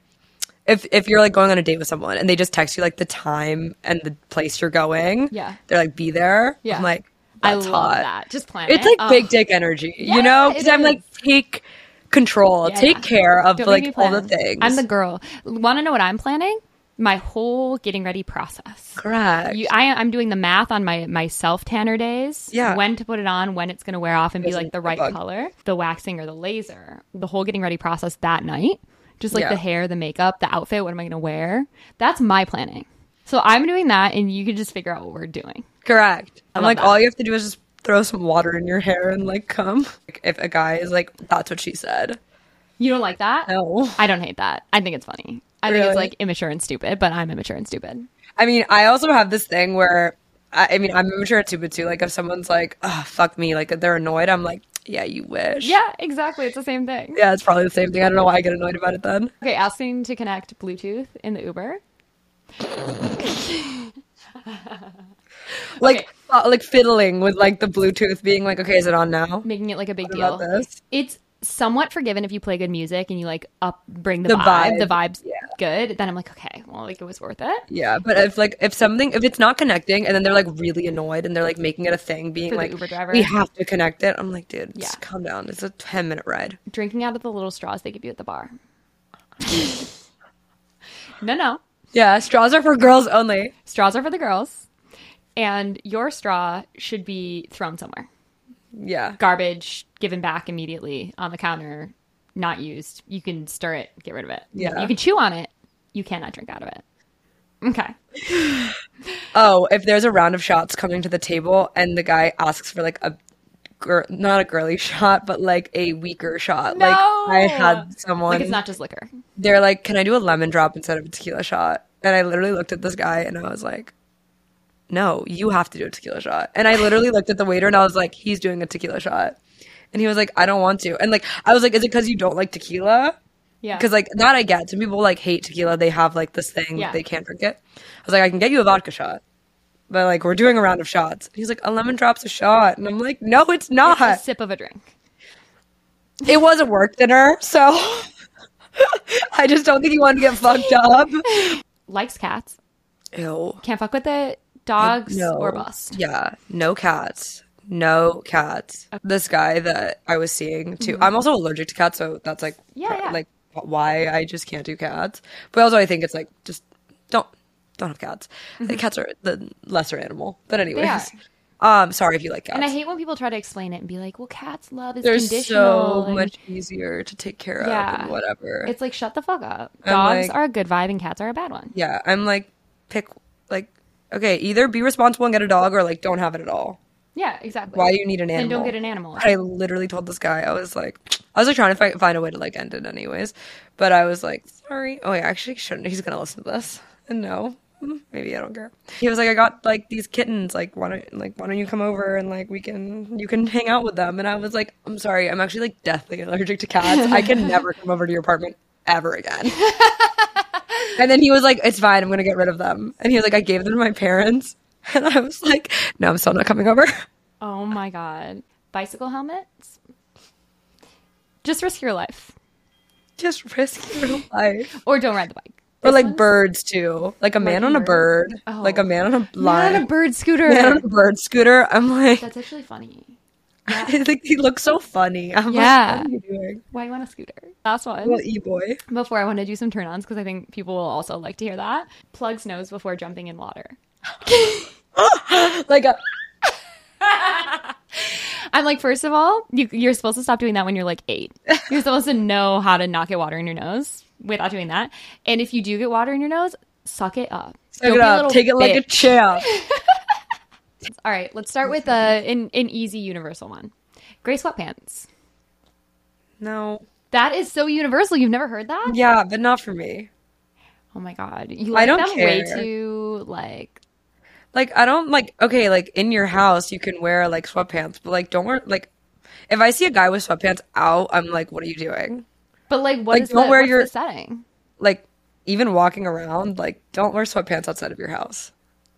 [SPEAKER 2] if if you're like going on a date with someone and they just text you like the time and the place you're going,
[SPEAKER 1] Yeah.
[SPEAKER 2] they're like be there.
[SPEAKER 1] Yeah.
[SPEAKER 2] I'm like
[SPEAKER 1] I
[SPEAKER 2] that's
[SPEAKER 1] love
[SPEAKER 2] hot.
[SPEAKER 1] that. Just plan
[SPEAKER 2] It's
[SPEAKER 1] it. Oh,
[SPEAKER 2] like big
[SPEAKER 1] Ugh.
[SPEAKER 2] dick energy,
[SPEAKER 1] Yeah,
[SPEAKER 2] you know?
[SPEAKER 1] it
[SPEAKER 2] Because I'm like take control,
[SPEAKER 1] Yeah.
[SPEAKER 2] take care of
[SPEAKER 1] Don't make me
[SPEAKER 2] like all the
[SPEAKER 1] plan.
[SPEAKER 2] things.
[SPEAKER 1] I'm the girl. Want to know what I'm planning? My whole getting ready process.
[SPEAKER 2] correct.
[SPEAKER 1] You, I, I'm doing the math on my my self tanner days.
[SPEAKER 2] Yeah.
[SPEAKER 1] when to put it on, when it's going to wear off, and be
[SPEAKER 2] Doesn't
[SPEAKER 1] like the right
[SPEAKER 2] bug.
[SPEAKER 1] color. The waxing or the laser, the whole getting ready process that night. Just like
[SPEAKER 2] Yeah.
[SPEAKER 1] the hair, the makeup, the outfit. What am I going to wear? That's my planning. So I'm doing that, and you can just figure out what we're doing.
[SPEAKER 2] Correct. I'm
[SPEAKER 1] love
[SPEAKER 2] like,
[SPEAKER 1] that.
[SPEAKER 2] all you have to do is just throw some water in your hair and like come. Like, if a guy is like, that's what she said.
[SPEAKER 1] You don't like that?
[SPEAKER 2] No.
[SPEAKER 1] I don't hate that. I think it's funny. I think
[SPEAKER 2] Really?
[SPEAKER 1] it's like immature and stupid, but I'm immature and stupid.
[SPEAKER 2] I mean, I also have this thing where, I, I mean, I'm immature too, but too, like if someone's like, oh, fuck me, like they're annoyed, I'm like, yeah, you wish.
[SPEAKER 1] Yeah, exactly. It's the same thing.
[SPEAKER 2] Yeah, it's probably the same thing. I don't know why I get annoyed about it then.
[SPEAKER 1] Okay, asking to connect Bluetooth in the Uber.
[SPEAKER 2] Like,
[SPEAKER 1] Okay.
[SPEAKER 2] uh, like fiddling with like the Bluetooth being like, okay, is it on now?
[SPEAKER 1] making it like a big
[SPEAKER 2] What
[SPEAKER 1] deal.
[SPEAKER 2] about this?
[SPEAKER 1] It's somewhat forgiven if you play good music and you like up bring the,
[SPEAKER 2] The
[SPEAKER 1] vibe,
[SPEAKER 2] vibe,
[SPEAKER 1] The vibe's
[SPEAKER 2] yeah.
[SPEAKER 1] good. Then I'm like, okay, well, like it was worth it.
[SPEAKER 2] Yeah, but if like if something if it's not connecting and then they're like really annoyed and they're like making it a thing, being
[SPEAKER 1] For the
[SPEAKER 2] like
[SPEAKER 1] Uber driver.
[SPEAKER 2] we have to connect it. I'm like, dude,
[SPEAKER 1] Yeah.
[SPEAKER 2] just calm down. It's a ten minute ride.
[SPEAKER 1] Drinking out of the little straws they give you at the bar. no, no,
[SPEAKER 2] Yeah, straws are for girls only.
[SPEAKER 1] straws are for the girls, and your straw should be thrown somewhere.
[SPEAKER 2] Yeah,
[SPEAKER 1] Garbage given back immediately on the counter, not used. You can stir it, get rid of it.
[SPEAKER 2] Yeah.
[SPEAKER 1] you can chew on it. You cannot drink out of it. Okay.
[SPEAKER 2] Oh, if there's a round of shots coming to the table and the guy asks for like a gir- not a girly shot, but like a weaker shot. Like I
[SPEAKER 1] No!
[SPEAKER 2] had someone
[SPEAKER 1] Like it's not just liquor.
[SPEAKER 2] they're like, "Can I do a lemon drop instead of a tequila shot?" And I literally looked at this guy and I was like, "No, you have to do a tequila shot." And I literally looked at the waiter and I was like, "He's doing a tequila shot." And he was like, "I don't want to." And like I was like, "Is it cuz you don't like tequila?"
[SPEAKER 1] Yeah.
[SPEAKER 2] Because like that I get. Some people like hate tequila. They have like this thing
[SPEAKER 1] Yeah.
[SPEAKER 2] they can't drink it. I was like, I can get you a vodka shot. But like we're doing a round of shots. And he's like, a lemon drop's a shot. And I'm like, no, it's not.
[SPEAKER 1] It's a sip of a drink.
[SPEAKER 2] it was a work dinner, so I just don't think he wanted to get fucked up.
[SPEAKER 1] Likes cats.
[SPEAKER 2] Ew.
[SPEAKER 1] Can't fuck with it. Dogs or bust.
[SPEAKER 2] Yeah. No cats. No cats. This guy that I was seeing too. I'm also allergic to cats, so that's like
[SPEAKER 1] Mm-hmm. Yeah,
[SPEAKER 2] pro-
[SPEAKER 1] yeah.
[SPEAKER 2] like why I just can't do cats. But also I think it's like just don't don't have cats. I
[SPEAKER 1] Mm-hmm.
[SPEAKER 2] think cats are the lesser animal. But anyways. Um sorry if you like cats.
[SPEAKER 1] And I hate when people try to explain it and be like, "Well, cats love is
[SPEAKER 2] They're
[SPEAKER 1] conditional."
[SPEAKER 2] so
[SPEAKER 1] and
[SPEAKER 2] much easier to take care of
[SPEAKER 1] Yeah.
[SPEAKER 2] and whatever.
[SPEAKER 1] It's like shut the fuck up.
[SPEAKER 2] I'm
[SPEAKER 1] Dogs
[SPEAKER 2] like-
[SPEAKER 1] are a good vibe and cats are a bad one.
[SPEAKER 2] yeah, I'm like pick like okay, either be responsible and get a dog or like don't have it at all.
[SPEAKER 1] Yeah, exactly.
[SPEAKER 2] Why do you need an
[SPEAKER 1] Then
[SPEAKER 2] animal?
[SPEAKER 1] don't get an animal.
[SPEAKER 2] I literally told this guy, I was like, I was like trying to fi- find a way to like end it anyways, but I was like, sorry. Oh, I actually shouldn't. He's gonna listen to this, and no, Hmm, maybe I don't care. He was like, I got like these kittens. Like, why don't like why don't you come over and like we can you can hang out with them? And I was like, I'm sorry, I'm actually like deathly allergic to cats. I can never come over to your apartment ever again. And then he was like, "It's fine. I'm gonna get rid of them." And he was like, "I gave them to my parents," and I was like, "No, I'm still not coming over."
[SPEAKER 1] Oh my god. Bicycle helmets. Just risk your life,
[SPEAKER 2] Just risk your life.
[SPEAKER 1] or don't ride the bike.
[SPEAKER 2] Or
[SPEAKER 1] This
[SPEAKER 2] like
[SPEAKER 1] one's-
[SPEAKER 2] birds too. Like a man on a bird.
[SPEAKER 1] Oh.
[SPEAKER 2] Like a man on a
[SPEAKER 1] Man
[SPEAKER 2] line.
[SPEAKER 1] on a bird scooter.
[SPEAKER 2] Man on a bird scooter. I'm like,
[SPEAKER 1] That's actually funny.
[SPEAKER 2] I think he looks so funny. I'm
[SPEAKER 1] Yeah.
[SPEAKER 2] like, what are you doing?
[SPEAKER 1] Why you want a scooter? Last one.
[SPEAKER 2] Little e boy.
[SPEAKER 1] before I want to do some turn ons because I think people will also like to hear that. Plugs nose before jumping in water.
[SPEAKER 2] Like uh, a
[SPEAKER 1] I'm like, first of all, you, you're supposed to stop doing that when you're like eight. You're supposed to know how to not get water in your nose without doing that. And if you do get water in your nose, suck it up.
[SPEAKER 2] suck
[SPEAKER 1] Don't
[SPEAKER 2] it
[SPEAKER 1] be a
[SPEAKER 2] up.
[SPEAKER 1] little
[SPEAKER 2] Take it like a
[SPEAKER 1] bitch.
[SPEAKER 2] champ.
[SPEAKER 1] All right, let's start with uh, an, an easy universal one gray sweatpants.
[SPEAKER 2] No.
[SPEAKER 1] That is so universal. You've never heard that?
[SPEAKER 2] Yeah, but not for me.
[SPEAKER 1] Oh my God. You
[SPEAKER 2] I
[SPEAKER 1] like
[SPEAKER 2] don't
[SPEAKER 1] them way
[SPEAKER 2] care.
[SPEAKER 1] too, like,
[SPEAKER 2] Like I don't like okay, like in your house you can wear like sweatpants, but like don't wear like if I see a guy with sweatpants out, I'm like, what are you doing?
[SPEAKER 1] But like, what
[SPEAKER 2] Like,
[SPEAKER 1] is
[SPEAKER 2] don't
[SPEAKER 1] the,
[SPEAKER 2] wear
[SPEAKER 1] what's
[SPEAKER 2] your-
[SPEAKER 1] the setting?
[SPEAKER 2] Like even walking around, like don't wear sweatpants outside of your house.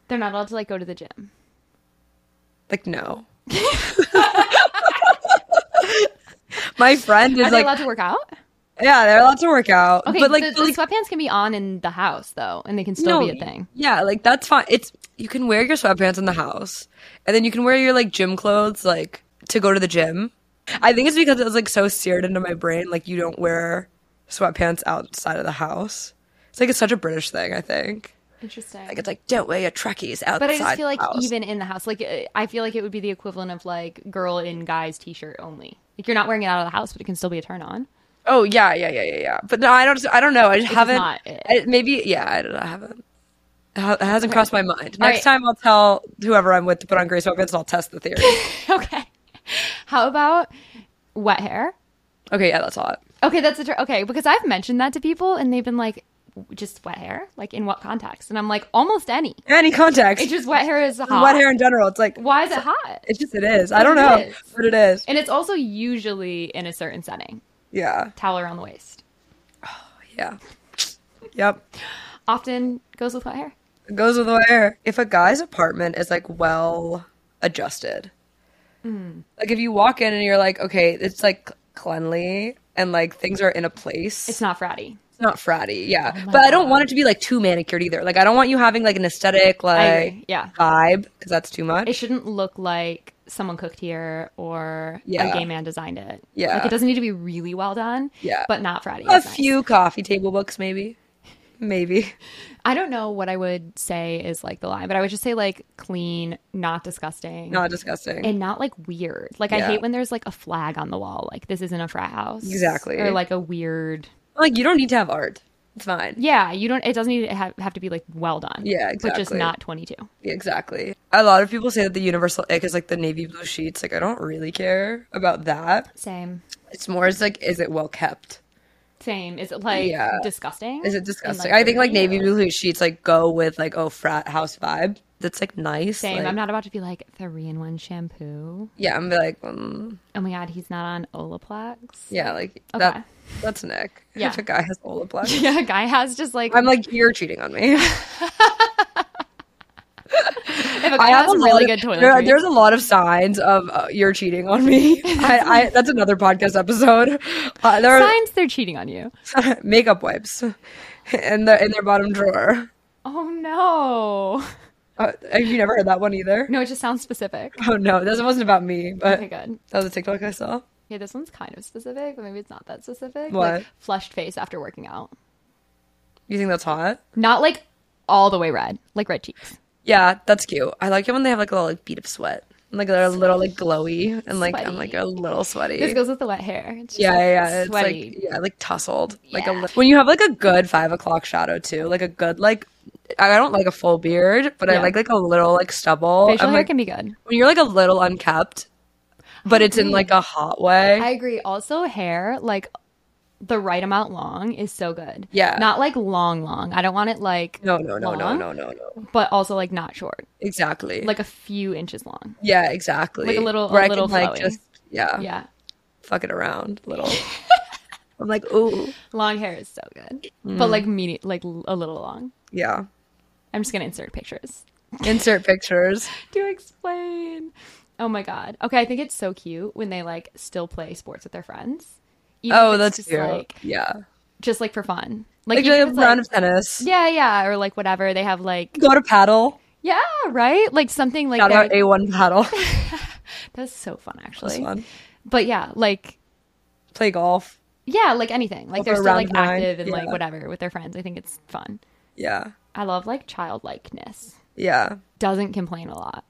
[SPEAKER 1] They're not allowed to like go to the gym.
[SPEAKER 2] Like no. My friend
[SPEAKER 1] Are
[SPEAKER 2] is
[SPEAKER 1] they
[SPEAKER 2] like,
[SPEAKER 1] allowed to work out?
[SPEAKER 2] yeah, they're allowed to work out,
[SPEAKER 1] Okay,
[SPEAKER 2] but like,
[SPEAKER 1] the,
[SPEAKER 2] but,
[SPEAKER 1] the
[SPEAKER 2] like
[SPEAKER 1] sweatpants can be on in the house though, and they can still be a thing.
[SPEAKER 2] Yeah, like that's fine. It's you can wear your sweatpants in the house, and then you can wear your like gym clothes like to go to the gym. I think it's because it was like so seared into my brain. Like you don't wear sweatpants outside of the house. It's like it's such a British thing. I think
[SPEAKER 1] Interesting.
[SPEAKER 2] like it's like don't wear your trackies outside.
[SPEAKER 1] But I just feel
[SPEAKER 2] the
[SPEAKER 1] like
[SPEAKER 2] house.
[SPEAKER 1] even in the house, like uh, I feel like it would be the equivalent of like girl in guy's t-shirt only. Like you're not wearing it out of the house, but it can still be a turn on.
[SPEAKER 2] oh yeah yeah yeah yeah yeah. But no, I don't. I don't know. I just haven't.
[SPEAKER 1] not it.
[SPEAKER 2] I, maybe yeah. I don't. know. I haven't. It ha- it hasn't crossed my mind.
[SPEAKER 1] All
[SPEAKER 2] Next
[SPEAKER 1] right.
[SPEAKER 2] time I'll tell whoever I'm with to put on gray sweatpants and I'll test the theory.
[SPEAKER 1] okay. How about wet hair?
[SPEAKER 2] okay, yeah, that's hot.
[SPEAKER 1] Okay, that's a tr- okay because I've mentioned that to people and they've been like, "W- just wet hair, like in what context? And I'm like, almost any.
[SPEAKER 2] Any context?
[SPEAKER 1] It's just wet hair is hot.
[SPEAKER 2] wet hair in general. It's like
[SPEAKER 1] Why is it hot?
[SPEAKER 2] it's just it is. I don't
[SPEAKER 1] It
[SPEAKER 2] know,
[SPEAKER 1] is.
[SPEAKER 2] but it is.
[SPEAKER 1] And it's also usually in a certain setting,
[SPEAKER 2] Yeah,
[SPEAKER 1] towel around the waist.
[SPEAKER 2] yeah, yep.
[SPEAKER 1] Often goes with wet hair.
[SPEAKER 2] It goes with the hair. If a guy's apartment is like well adjusted,
[SPEAKER 1] Hmm.
[SPEAKER 2] like if you walk in and you're like, okay, it's like cleanly and like things are in a place.
[SPEAKER 1] It's not fratty.
[SPEAKER 2] It's not fratty, yeah.
[SPEAKER 1] Oh
[SPEAKER 2] but I don't want it to be like too manicured either. Like I don't want you having like an aesthetic
[SPEAKER 1] agree,
[SPEAKER 2] like
[SPEAKER 1] yeah.
[SPEAKER 2] vibe because that's too much.
[SPEAKER 1] It shouldn't look like someone cooked here or
[SPEAKER 2] Yeah.
[SPEAKER 1] a gay man designed it.
[SPEAKER 2] Yeah.
[SPEAKER 1] Like it doesn't need to be really well done.
[SPEAKER 2] Yeah.
[SPEAKER 1] But not fratty.
[SPEAKER 2] a
[SPEAKER 1] is nice.
[SPEAKER 2] few coffee table books, maybe, maybe.
[SPEAKER 1] I don't know what I would say is like the line, but I would just say like clean, not disgusting.
[SPEAKER 2] Not disgusting.
[SPEAKER 1] and not like weird. Like I
[SPEAKER 2] Yeah.
[SPEAKER 1] hate when there's like a flag on the wall. Like this isn't a frat house.
[SPEAKER 2] Exactly.
[SPEAKER 1] Or like a weird.
[SPEAKER 2] like you don't need to have art. It's fine.
[SPEAKER 1] Yeah, you don't. It doesn't need to have, have to be like well done.
[SPEAKER 2] Yeah,
[SPEAKER 1] But just
[SPEAKER 2] exactly.
[SPEAKER 1] not 22.
[SPEAKER 2] Yeah, Exactly. A lot of people say that the universal ick is like the navy blue sheets. Like, I don't really care about that.
[SPEAKER 1] Same.
[SPEAKER 2] It's more, it's like, is it well kept?
[SPEAKER 1] Same. Is it like
[SPEAKER 2] Yeah.
[SPEAKER 1] disgusting?
[SPEAKER 2] Is it
[SPEAKER 1] And,
[SPEAKER 2] disgusting? I think like
[SPEAKER 1] dirty
[SPEAKER 2] navy
[SPEAKER 1] or-
[SPEAKER 2] blue sheets like go with like, oh, frat house vibe. That's like nice.
[SPEAKER 1] Same.
[SPEAKER 2] like-
[SPEAKER 1] I'm not about to be like three in one shampoo.
[SPEAKER 2] Yeah, I'm like, mm,
[SPEAKER 1] Oh my god, he's not on Olaplex.
[SPEAKER 2] yeah, like
[SPEAKER 1] Okay.
[SPEAKER 2] that. That's an ick.
[SPEAKER 1] Yeah.
[SPEAKER 2] If a guy has Olaplex,
[SPEAKER 1] Yeah, guy has just like
[SPEAKER 2] I'm like, you're cheating on me.
[SPEAKER 1] if a guy has
[SPEAKER 2] lot
[SPEAKER 1] really
[SPEAKER 2] of-
[SPEAKER 1] good toilet.
[SPEAKER 2] there- there's a lot of signs of uh, you're cheating on me. I, I, that's another podcast episode. Uh, there are
[SPEAKER 1] signs they're cheating on you.
[SPEAKER 2] makeup wipes in their in their bottom drawer.
[SPEAKER 1] Oh no.
[SPEAKER 2] Uh, have you never heard that one either?
[SPEAKER 1] No, it just sounds specific.
[SPEAKER 2] Oh no, this wasn't about me, but
[SPEAKER 1] Okay, good.
[SPEAKER 2] that was a TikTok I saw.
[SPEAKER 1] Yeah, this one's kind of specific, but maybe it's not that specific.
[SPEAKER 2] What?
[SPEAKER 1] Like flushed face after working out.
[SPEAKER 2] You think that's hot?
[SPEAKER 1] Not like all the way red, like red cheeks.
[SPEAKER 2] Yeah, that's cute. I like it when they have like a little like bead of sweat, and, like they're a little like glowy, and like I'm like a little sweaty.
[SPEAKER 1] This goes with the wet hair. It's just,
[SPEAKER 2] yeah,
[SPEAKER 1] like,
[SPEAKER 2] yeah, yeah. It's
[SPEAKER 1] sweaty.
[SPEAKER 2] like yeah, like tousled. Like a
[SPEAKER 1] Yeah.
[SPEAKER 2] li- when you have like a good five o'clock shadow too, like a good like. I I don't like a full beard, but I
[SPEAKER 1] Yeah.
[SPEAKER 2] like like a little like stubble.
[SPEAKER 1] Facial
[SPEAKER 2] I'm,
[SPEAKER 1] hair
[SPEAKER 2] like,
[SPEAKER 1] can be good.
[SPEAKER 2] when you're like a little unkept, but it's in like a hot way.
[SPEAKER 1] I agree. Also, hair like the right amount long is so good.
[SPEAKER 2] Yeah.
[SPEAKER 1] Not like long, long. I don't want it like
[SPEAKER 2] No, no, no, no,
[SPEAKER 1] long,
[SPEAKER 2] no, no, no.
[SPEAKER 1] But also like not short,
[SPEAKER 2] Exactly.
[SPEAKER 1] like a few inches long.
[SPEAKER 2] yeah, exactly.
[SPEAKER 1] like a little- a
[SPEAKER 2] Where I
[SPEAKER 1] little
[SPEAKER 2] can like
[SPEAKER 1] flowy.
[SPEAKER 2] just yeah,
[SPEAKER 1] Yeah.
[SPEAKER 2] fuck it around a little. I'm like ooh
[SPEAKER 1] Long hair is so good,
[SPEAKER 2] Mm.
[SPEAKER 1] but like medi- like l- a little long.
[SPEAKER 2] yeah.
[SPEAKER 1] I'm just gonna insert pictures
[SPEAKER 2] Insert pictures.
[SPEAKER 1] to explain. Oh my god. Okay, I think it's so cute when they like still play sports with their friends. Even
[SPEAKER 2] Oh,
[SPEAKER 1] if
[SPEAKER 2] that's
[SPEAKER 1] it's
[SPEAKER 2] cute.
[SPEAKER 1] like
[SPEAKER 2] yeah,
[SPEAKER 1] just like for fun. Like,
[SPEAKER 2] like
[SPEAKER 1] even
[SPEAKER 2] a
[SPEAKER 1] if
[SPEAKER 2] round
[SPEAKER 1] it's, like-
[SPEAKER 2] of tennis.
[SPEAKER 1] yeah, yeah, or like whatever. They have like
[SPEAKER 2] Go to paddle.
[SPEAKER 1] yeah, right? Like something like
[SPEAKER 2] Shout
[SPEAKER 1] that.
[SPEAKER 2] out A1 paddle.
[SPEAKER 1] That's so fun, actually.
[SPEAKER 2] That's fun.
[SPEAKER 1] But yeah, like
[SPEAKER 2] Play golf.
[SPEAKER 1] yeah, like anything. Like
[SPEAKER 2] Over
[SPEAKER 1] they're still
[SPEAKER 2] around
[SPEAKER 1] like
[SPEAKER 2] nine,
[SPEAKER 1] active and like
[SPEAKER 2] yeah.
[SPEAKER 1] whatever with their friends. I think it's fun.
[SPEAKER 2] Yeah,
[SPEAKER 1] I love like childlikeness.
[SPEAKER 2] yeah.
[SPEAKER 1] Doesn't complain a lot.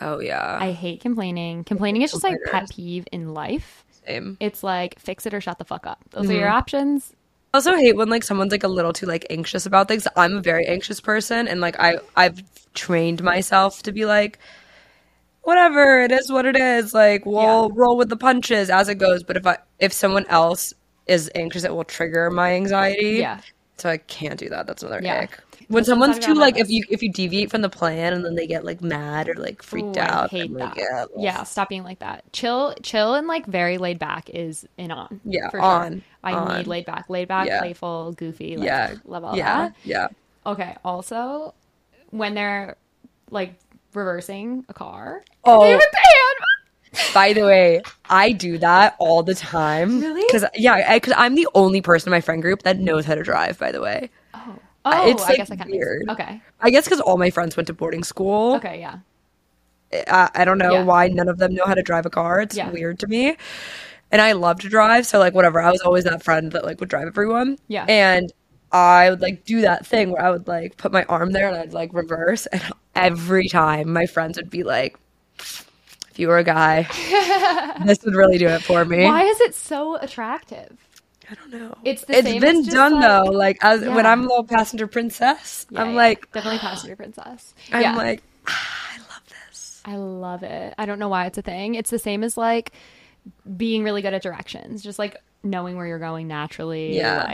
[SPEAKER 2] Oh yeah.
[SPEAKER 1] I hate complaining. Complaining is just like pet
[SPEAKER 2] Complainers.
[SPEAKER 1] peeve in life.
[SPEAKER 2] Same.
[SPEAKER 1] It's like fix it or shut the fuck up. Those are
[SPEAKER 2] Mm-hmm.
[SPEAKER 1] your options.
[SPEAKER 2] I also hate when like someone's like a little too like anxious about things. I'm a very anxious person and like I I've trained myself to be like whatever, it is what it is. Like we'll roll with the punches as it goes, but if I if someone else is anxious it will trigger my anxiety.
[SPEAKER 1] Yeah.
[SPEAKER 2] So I can't do that. That's another
[SPEAKER 1] Yeah.
[SPEAKER 2] ick. When
[SPEAKER 1] That's another
[SPEAKER 2] someone's too
[SPEAKER 1] on my
[SPEAKER 2] like if
[SPEAKER 1] list.
[SPEAKER 2] you if you deviate from the plan and then they get like mad or like freaked
[SPEAKER 1] Ooh, I
[SPEAKER 2] out, I'm
[SPEAKER 1] hate
[SPEAKER 2] like,
[SPEAKER 1] that.
[SPEAKER 2] yeah, ugh.
[SPEAKER 1] Yeah, stop being like that. Chill, chill, and like very laid back is an on.
[SPEAKER 2] Yeah,
[SPEAKER 1] for sure.
[SPEAKER 2] on,
[SPEAKER 1] I
[SPEAKER 2] on.
[SPEAKER 1] need laid back, laid back,
[SPEAKER 2] Yeah.
[SPEAKER 1] playful, goofy. Like,
[SPEAKER 2] yeah,
[SPEAKER 1] love all
[SPEAKER 2] yeah,
[SPEAKER 1] that.
[SPEAKER 2] yeah.
[SPEAKER 1] Okay. Also, when they're like reversing a car,
[SPEAKER 2] Oh.
[SPEAKER 1] they have a pan.
[SPEAKER 2] By the way, I do that all the time.
[SPEAKER 1] Really?
[SPEAKER 2] Because yeah, because I'm the only person in my friend group that knows how to drive. By the way,
[SPEAKER 1] Oh,
[SPEAKER 2] I-
[SPEAKER 1] oh,
[SPEAKER 2] Uh, it's,
[SPEAKER 1] I
[SPEAKER 2] like,
[SPEAKER 1] guess I kind
[SPEAKER 2] weird.
[SPEAKER 1] of okay.
[SPEAKER 2] I guess because all my friends went to boarding school.
[SPEAKER 1] Okay, yeah.
[SPEAKER 2] I, I don't know
[SPEAKER 1] Yeah.
[SPEAKER 2] why none of them know how to drive a car. It's
[SPEAKER 1] Yeah.
[SPEAKER 2] weird to me. And I love to drive, so like whatever. I was always that friend that like would drive everyone.
[SPEAKER 1] Yeah.
[SPEAKER 2] And I would like do that thing where I would like put my arm there and I'd like reverse and every time my friends would be like if you were a guy, this would really do it for me.
[SPEAKER 1] Why is it so attractive?
[SPEAKER 2] I don't know.
[SPEAKER 1] It's the
[SPEAKER 2] It's
[SPEAKER 1] same as
[SPEAKER 2] been
[SPEAKER 1] just,
[SPEAKER 2] done
[SPEAKER 1] like-
[SPEAKER 2] though. Like as when
[SPEAKER 1] Yeah.
[SPEAKER 2] I'm a little passenger princess,
[SPEAKER 1] Yeah,
[SPEAKER 2] I'm
[SPEAKER 1] yeah,
[SPEAKER 2] like
[SPEAKER 1] definitely passenger princess.
[SPEAKER 2] I'm
[SPEAKER 1] yeah.
[SPEAKER 2] like "Ah, I love this.
[SPEAKER 1] I love it. I don't know why it's a thing. It's the same as like being really good at directions, just like knowing where you're going naturally.
[SPEAKER 2] Yeah.
[SPEAKER 1] like-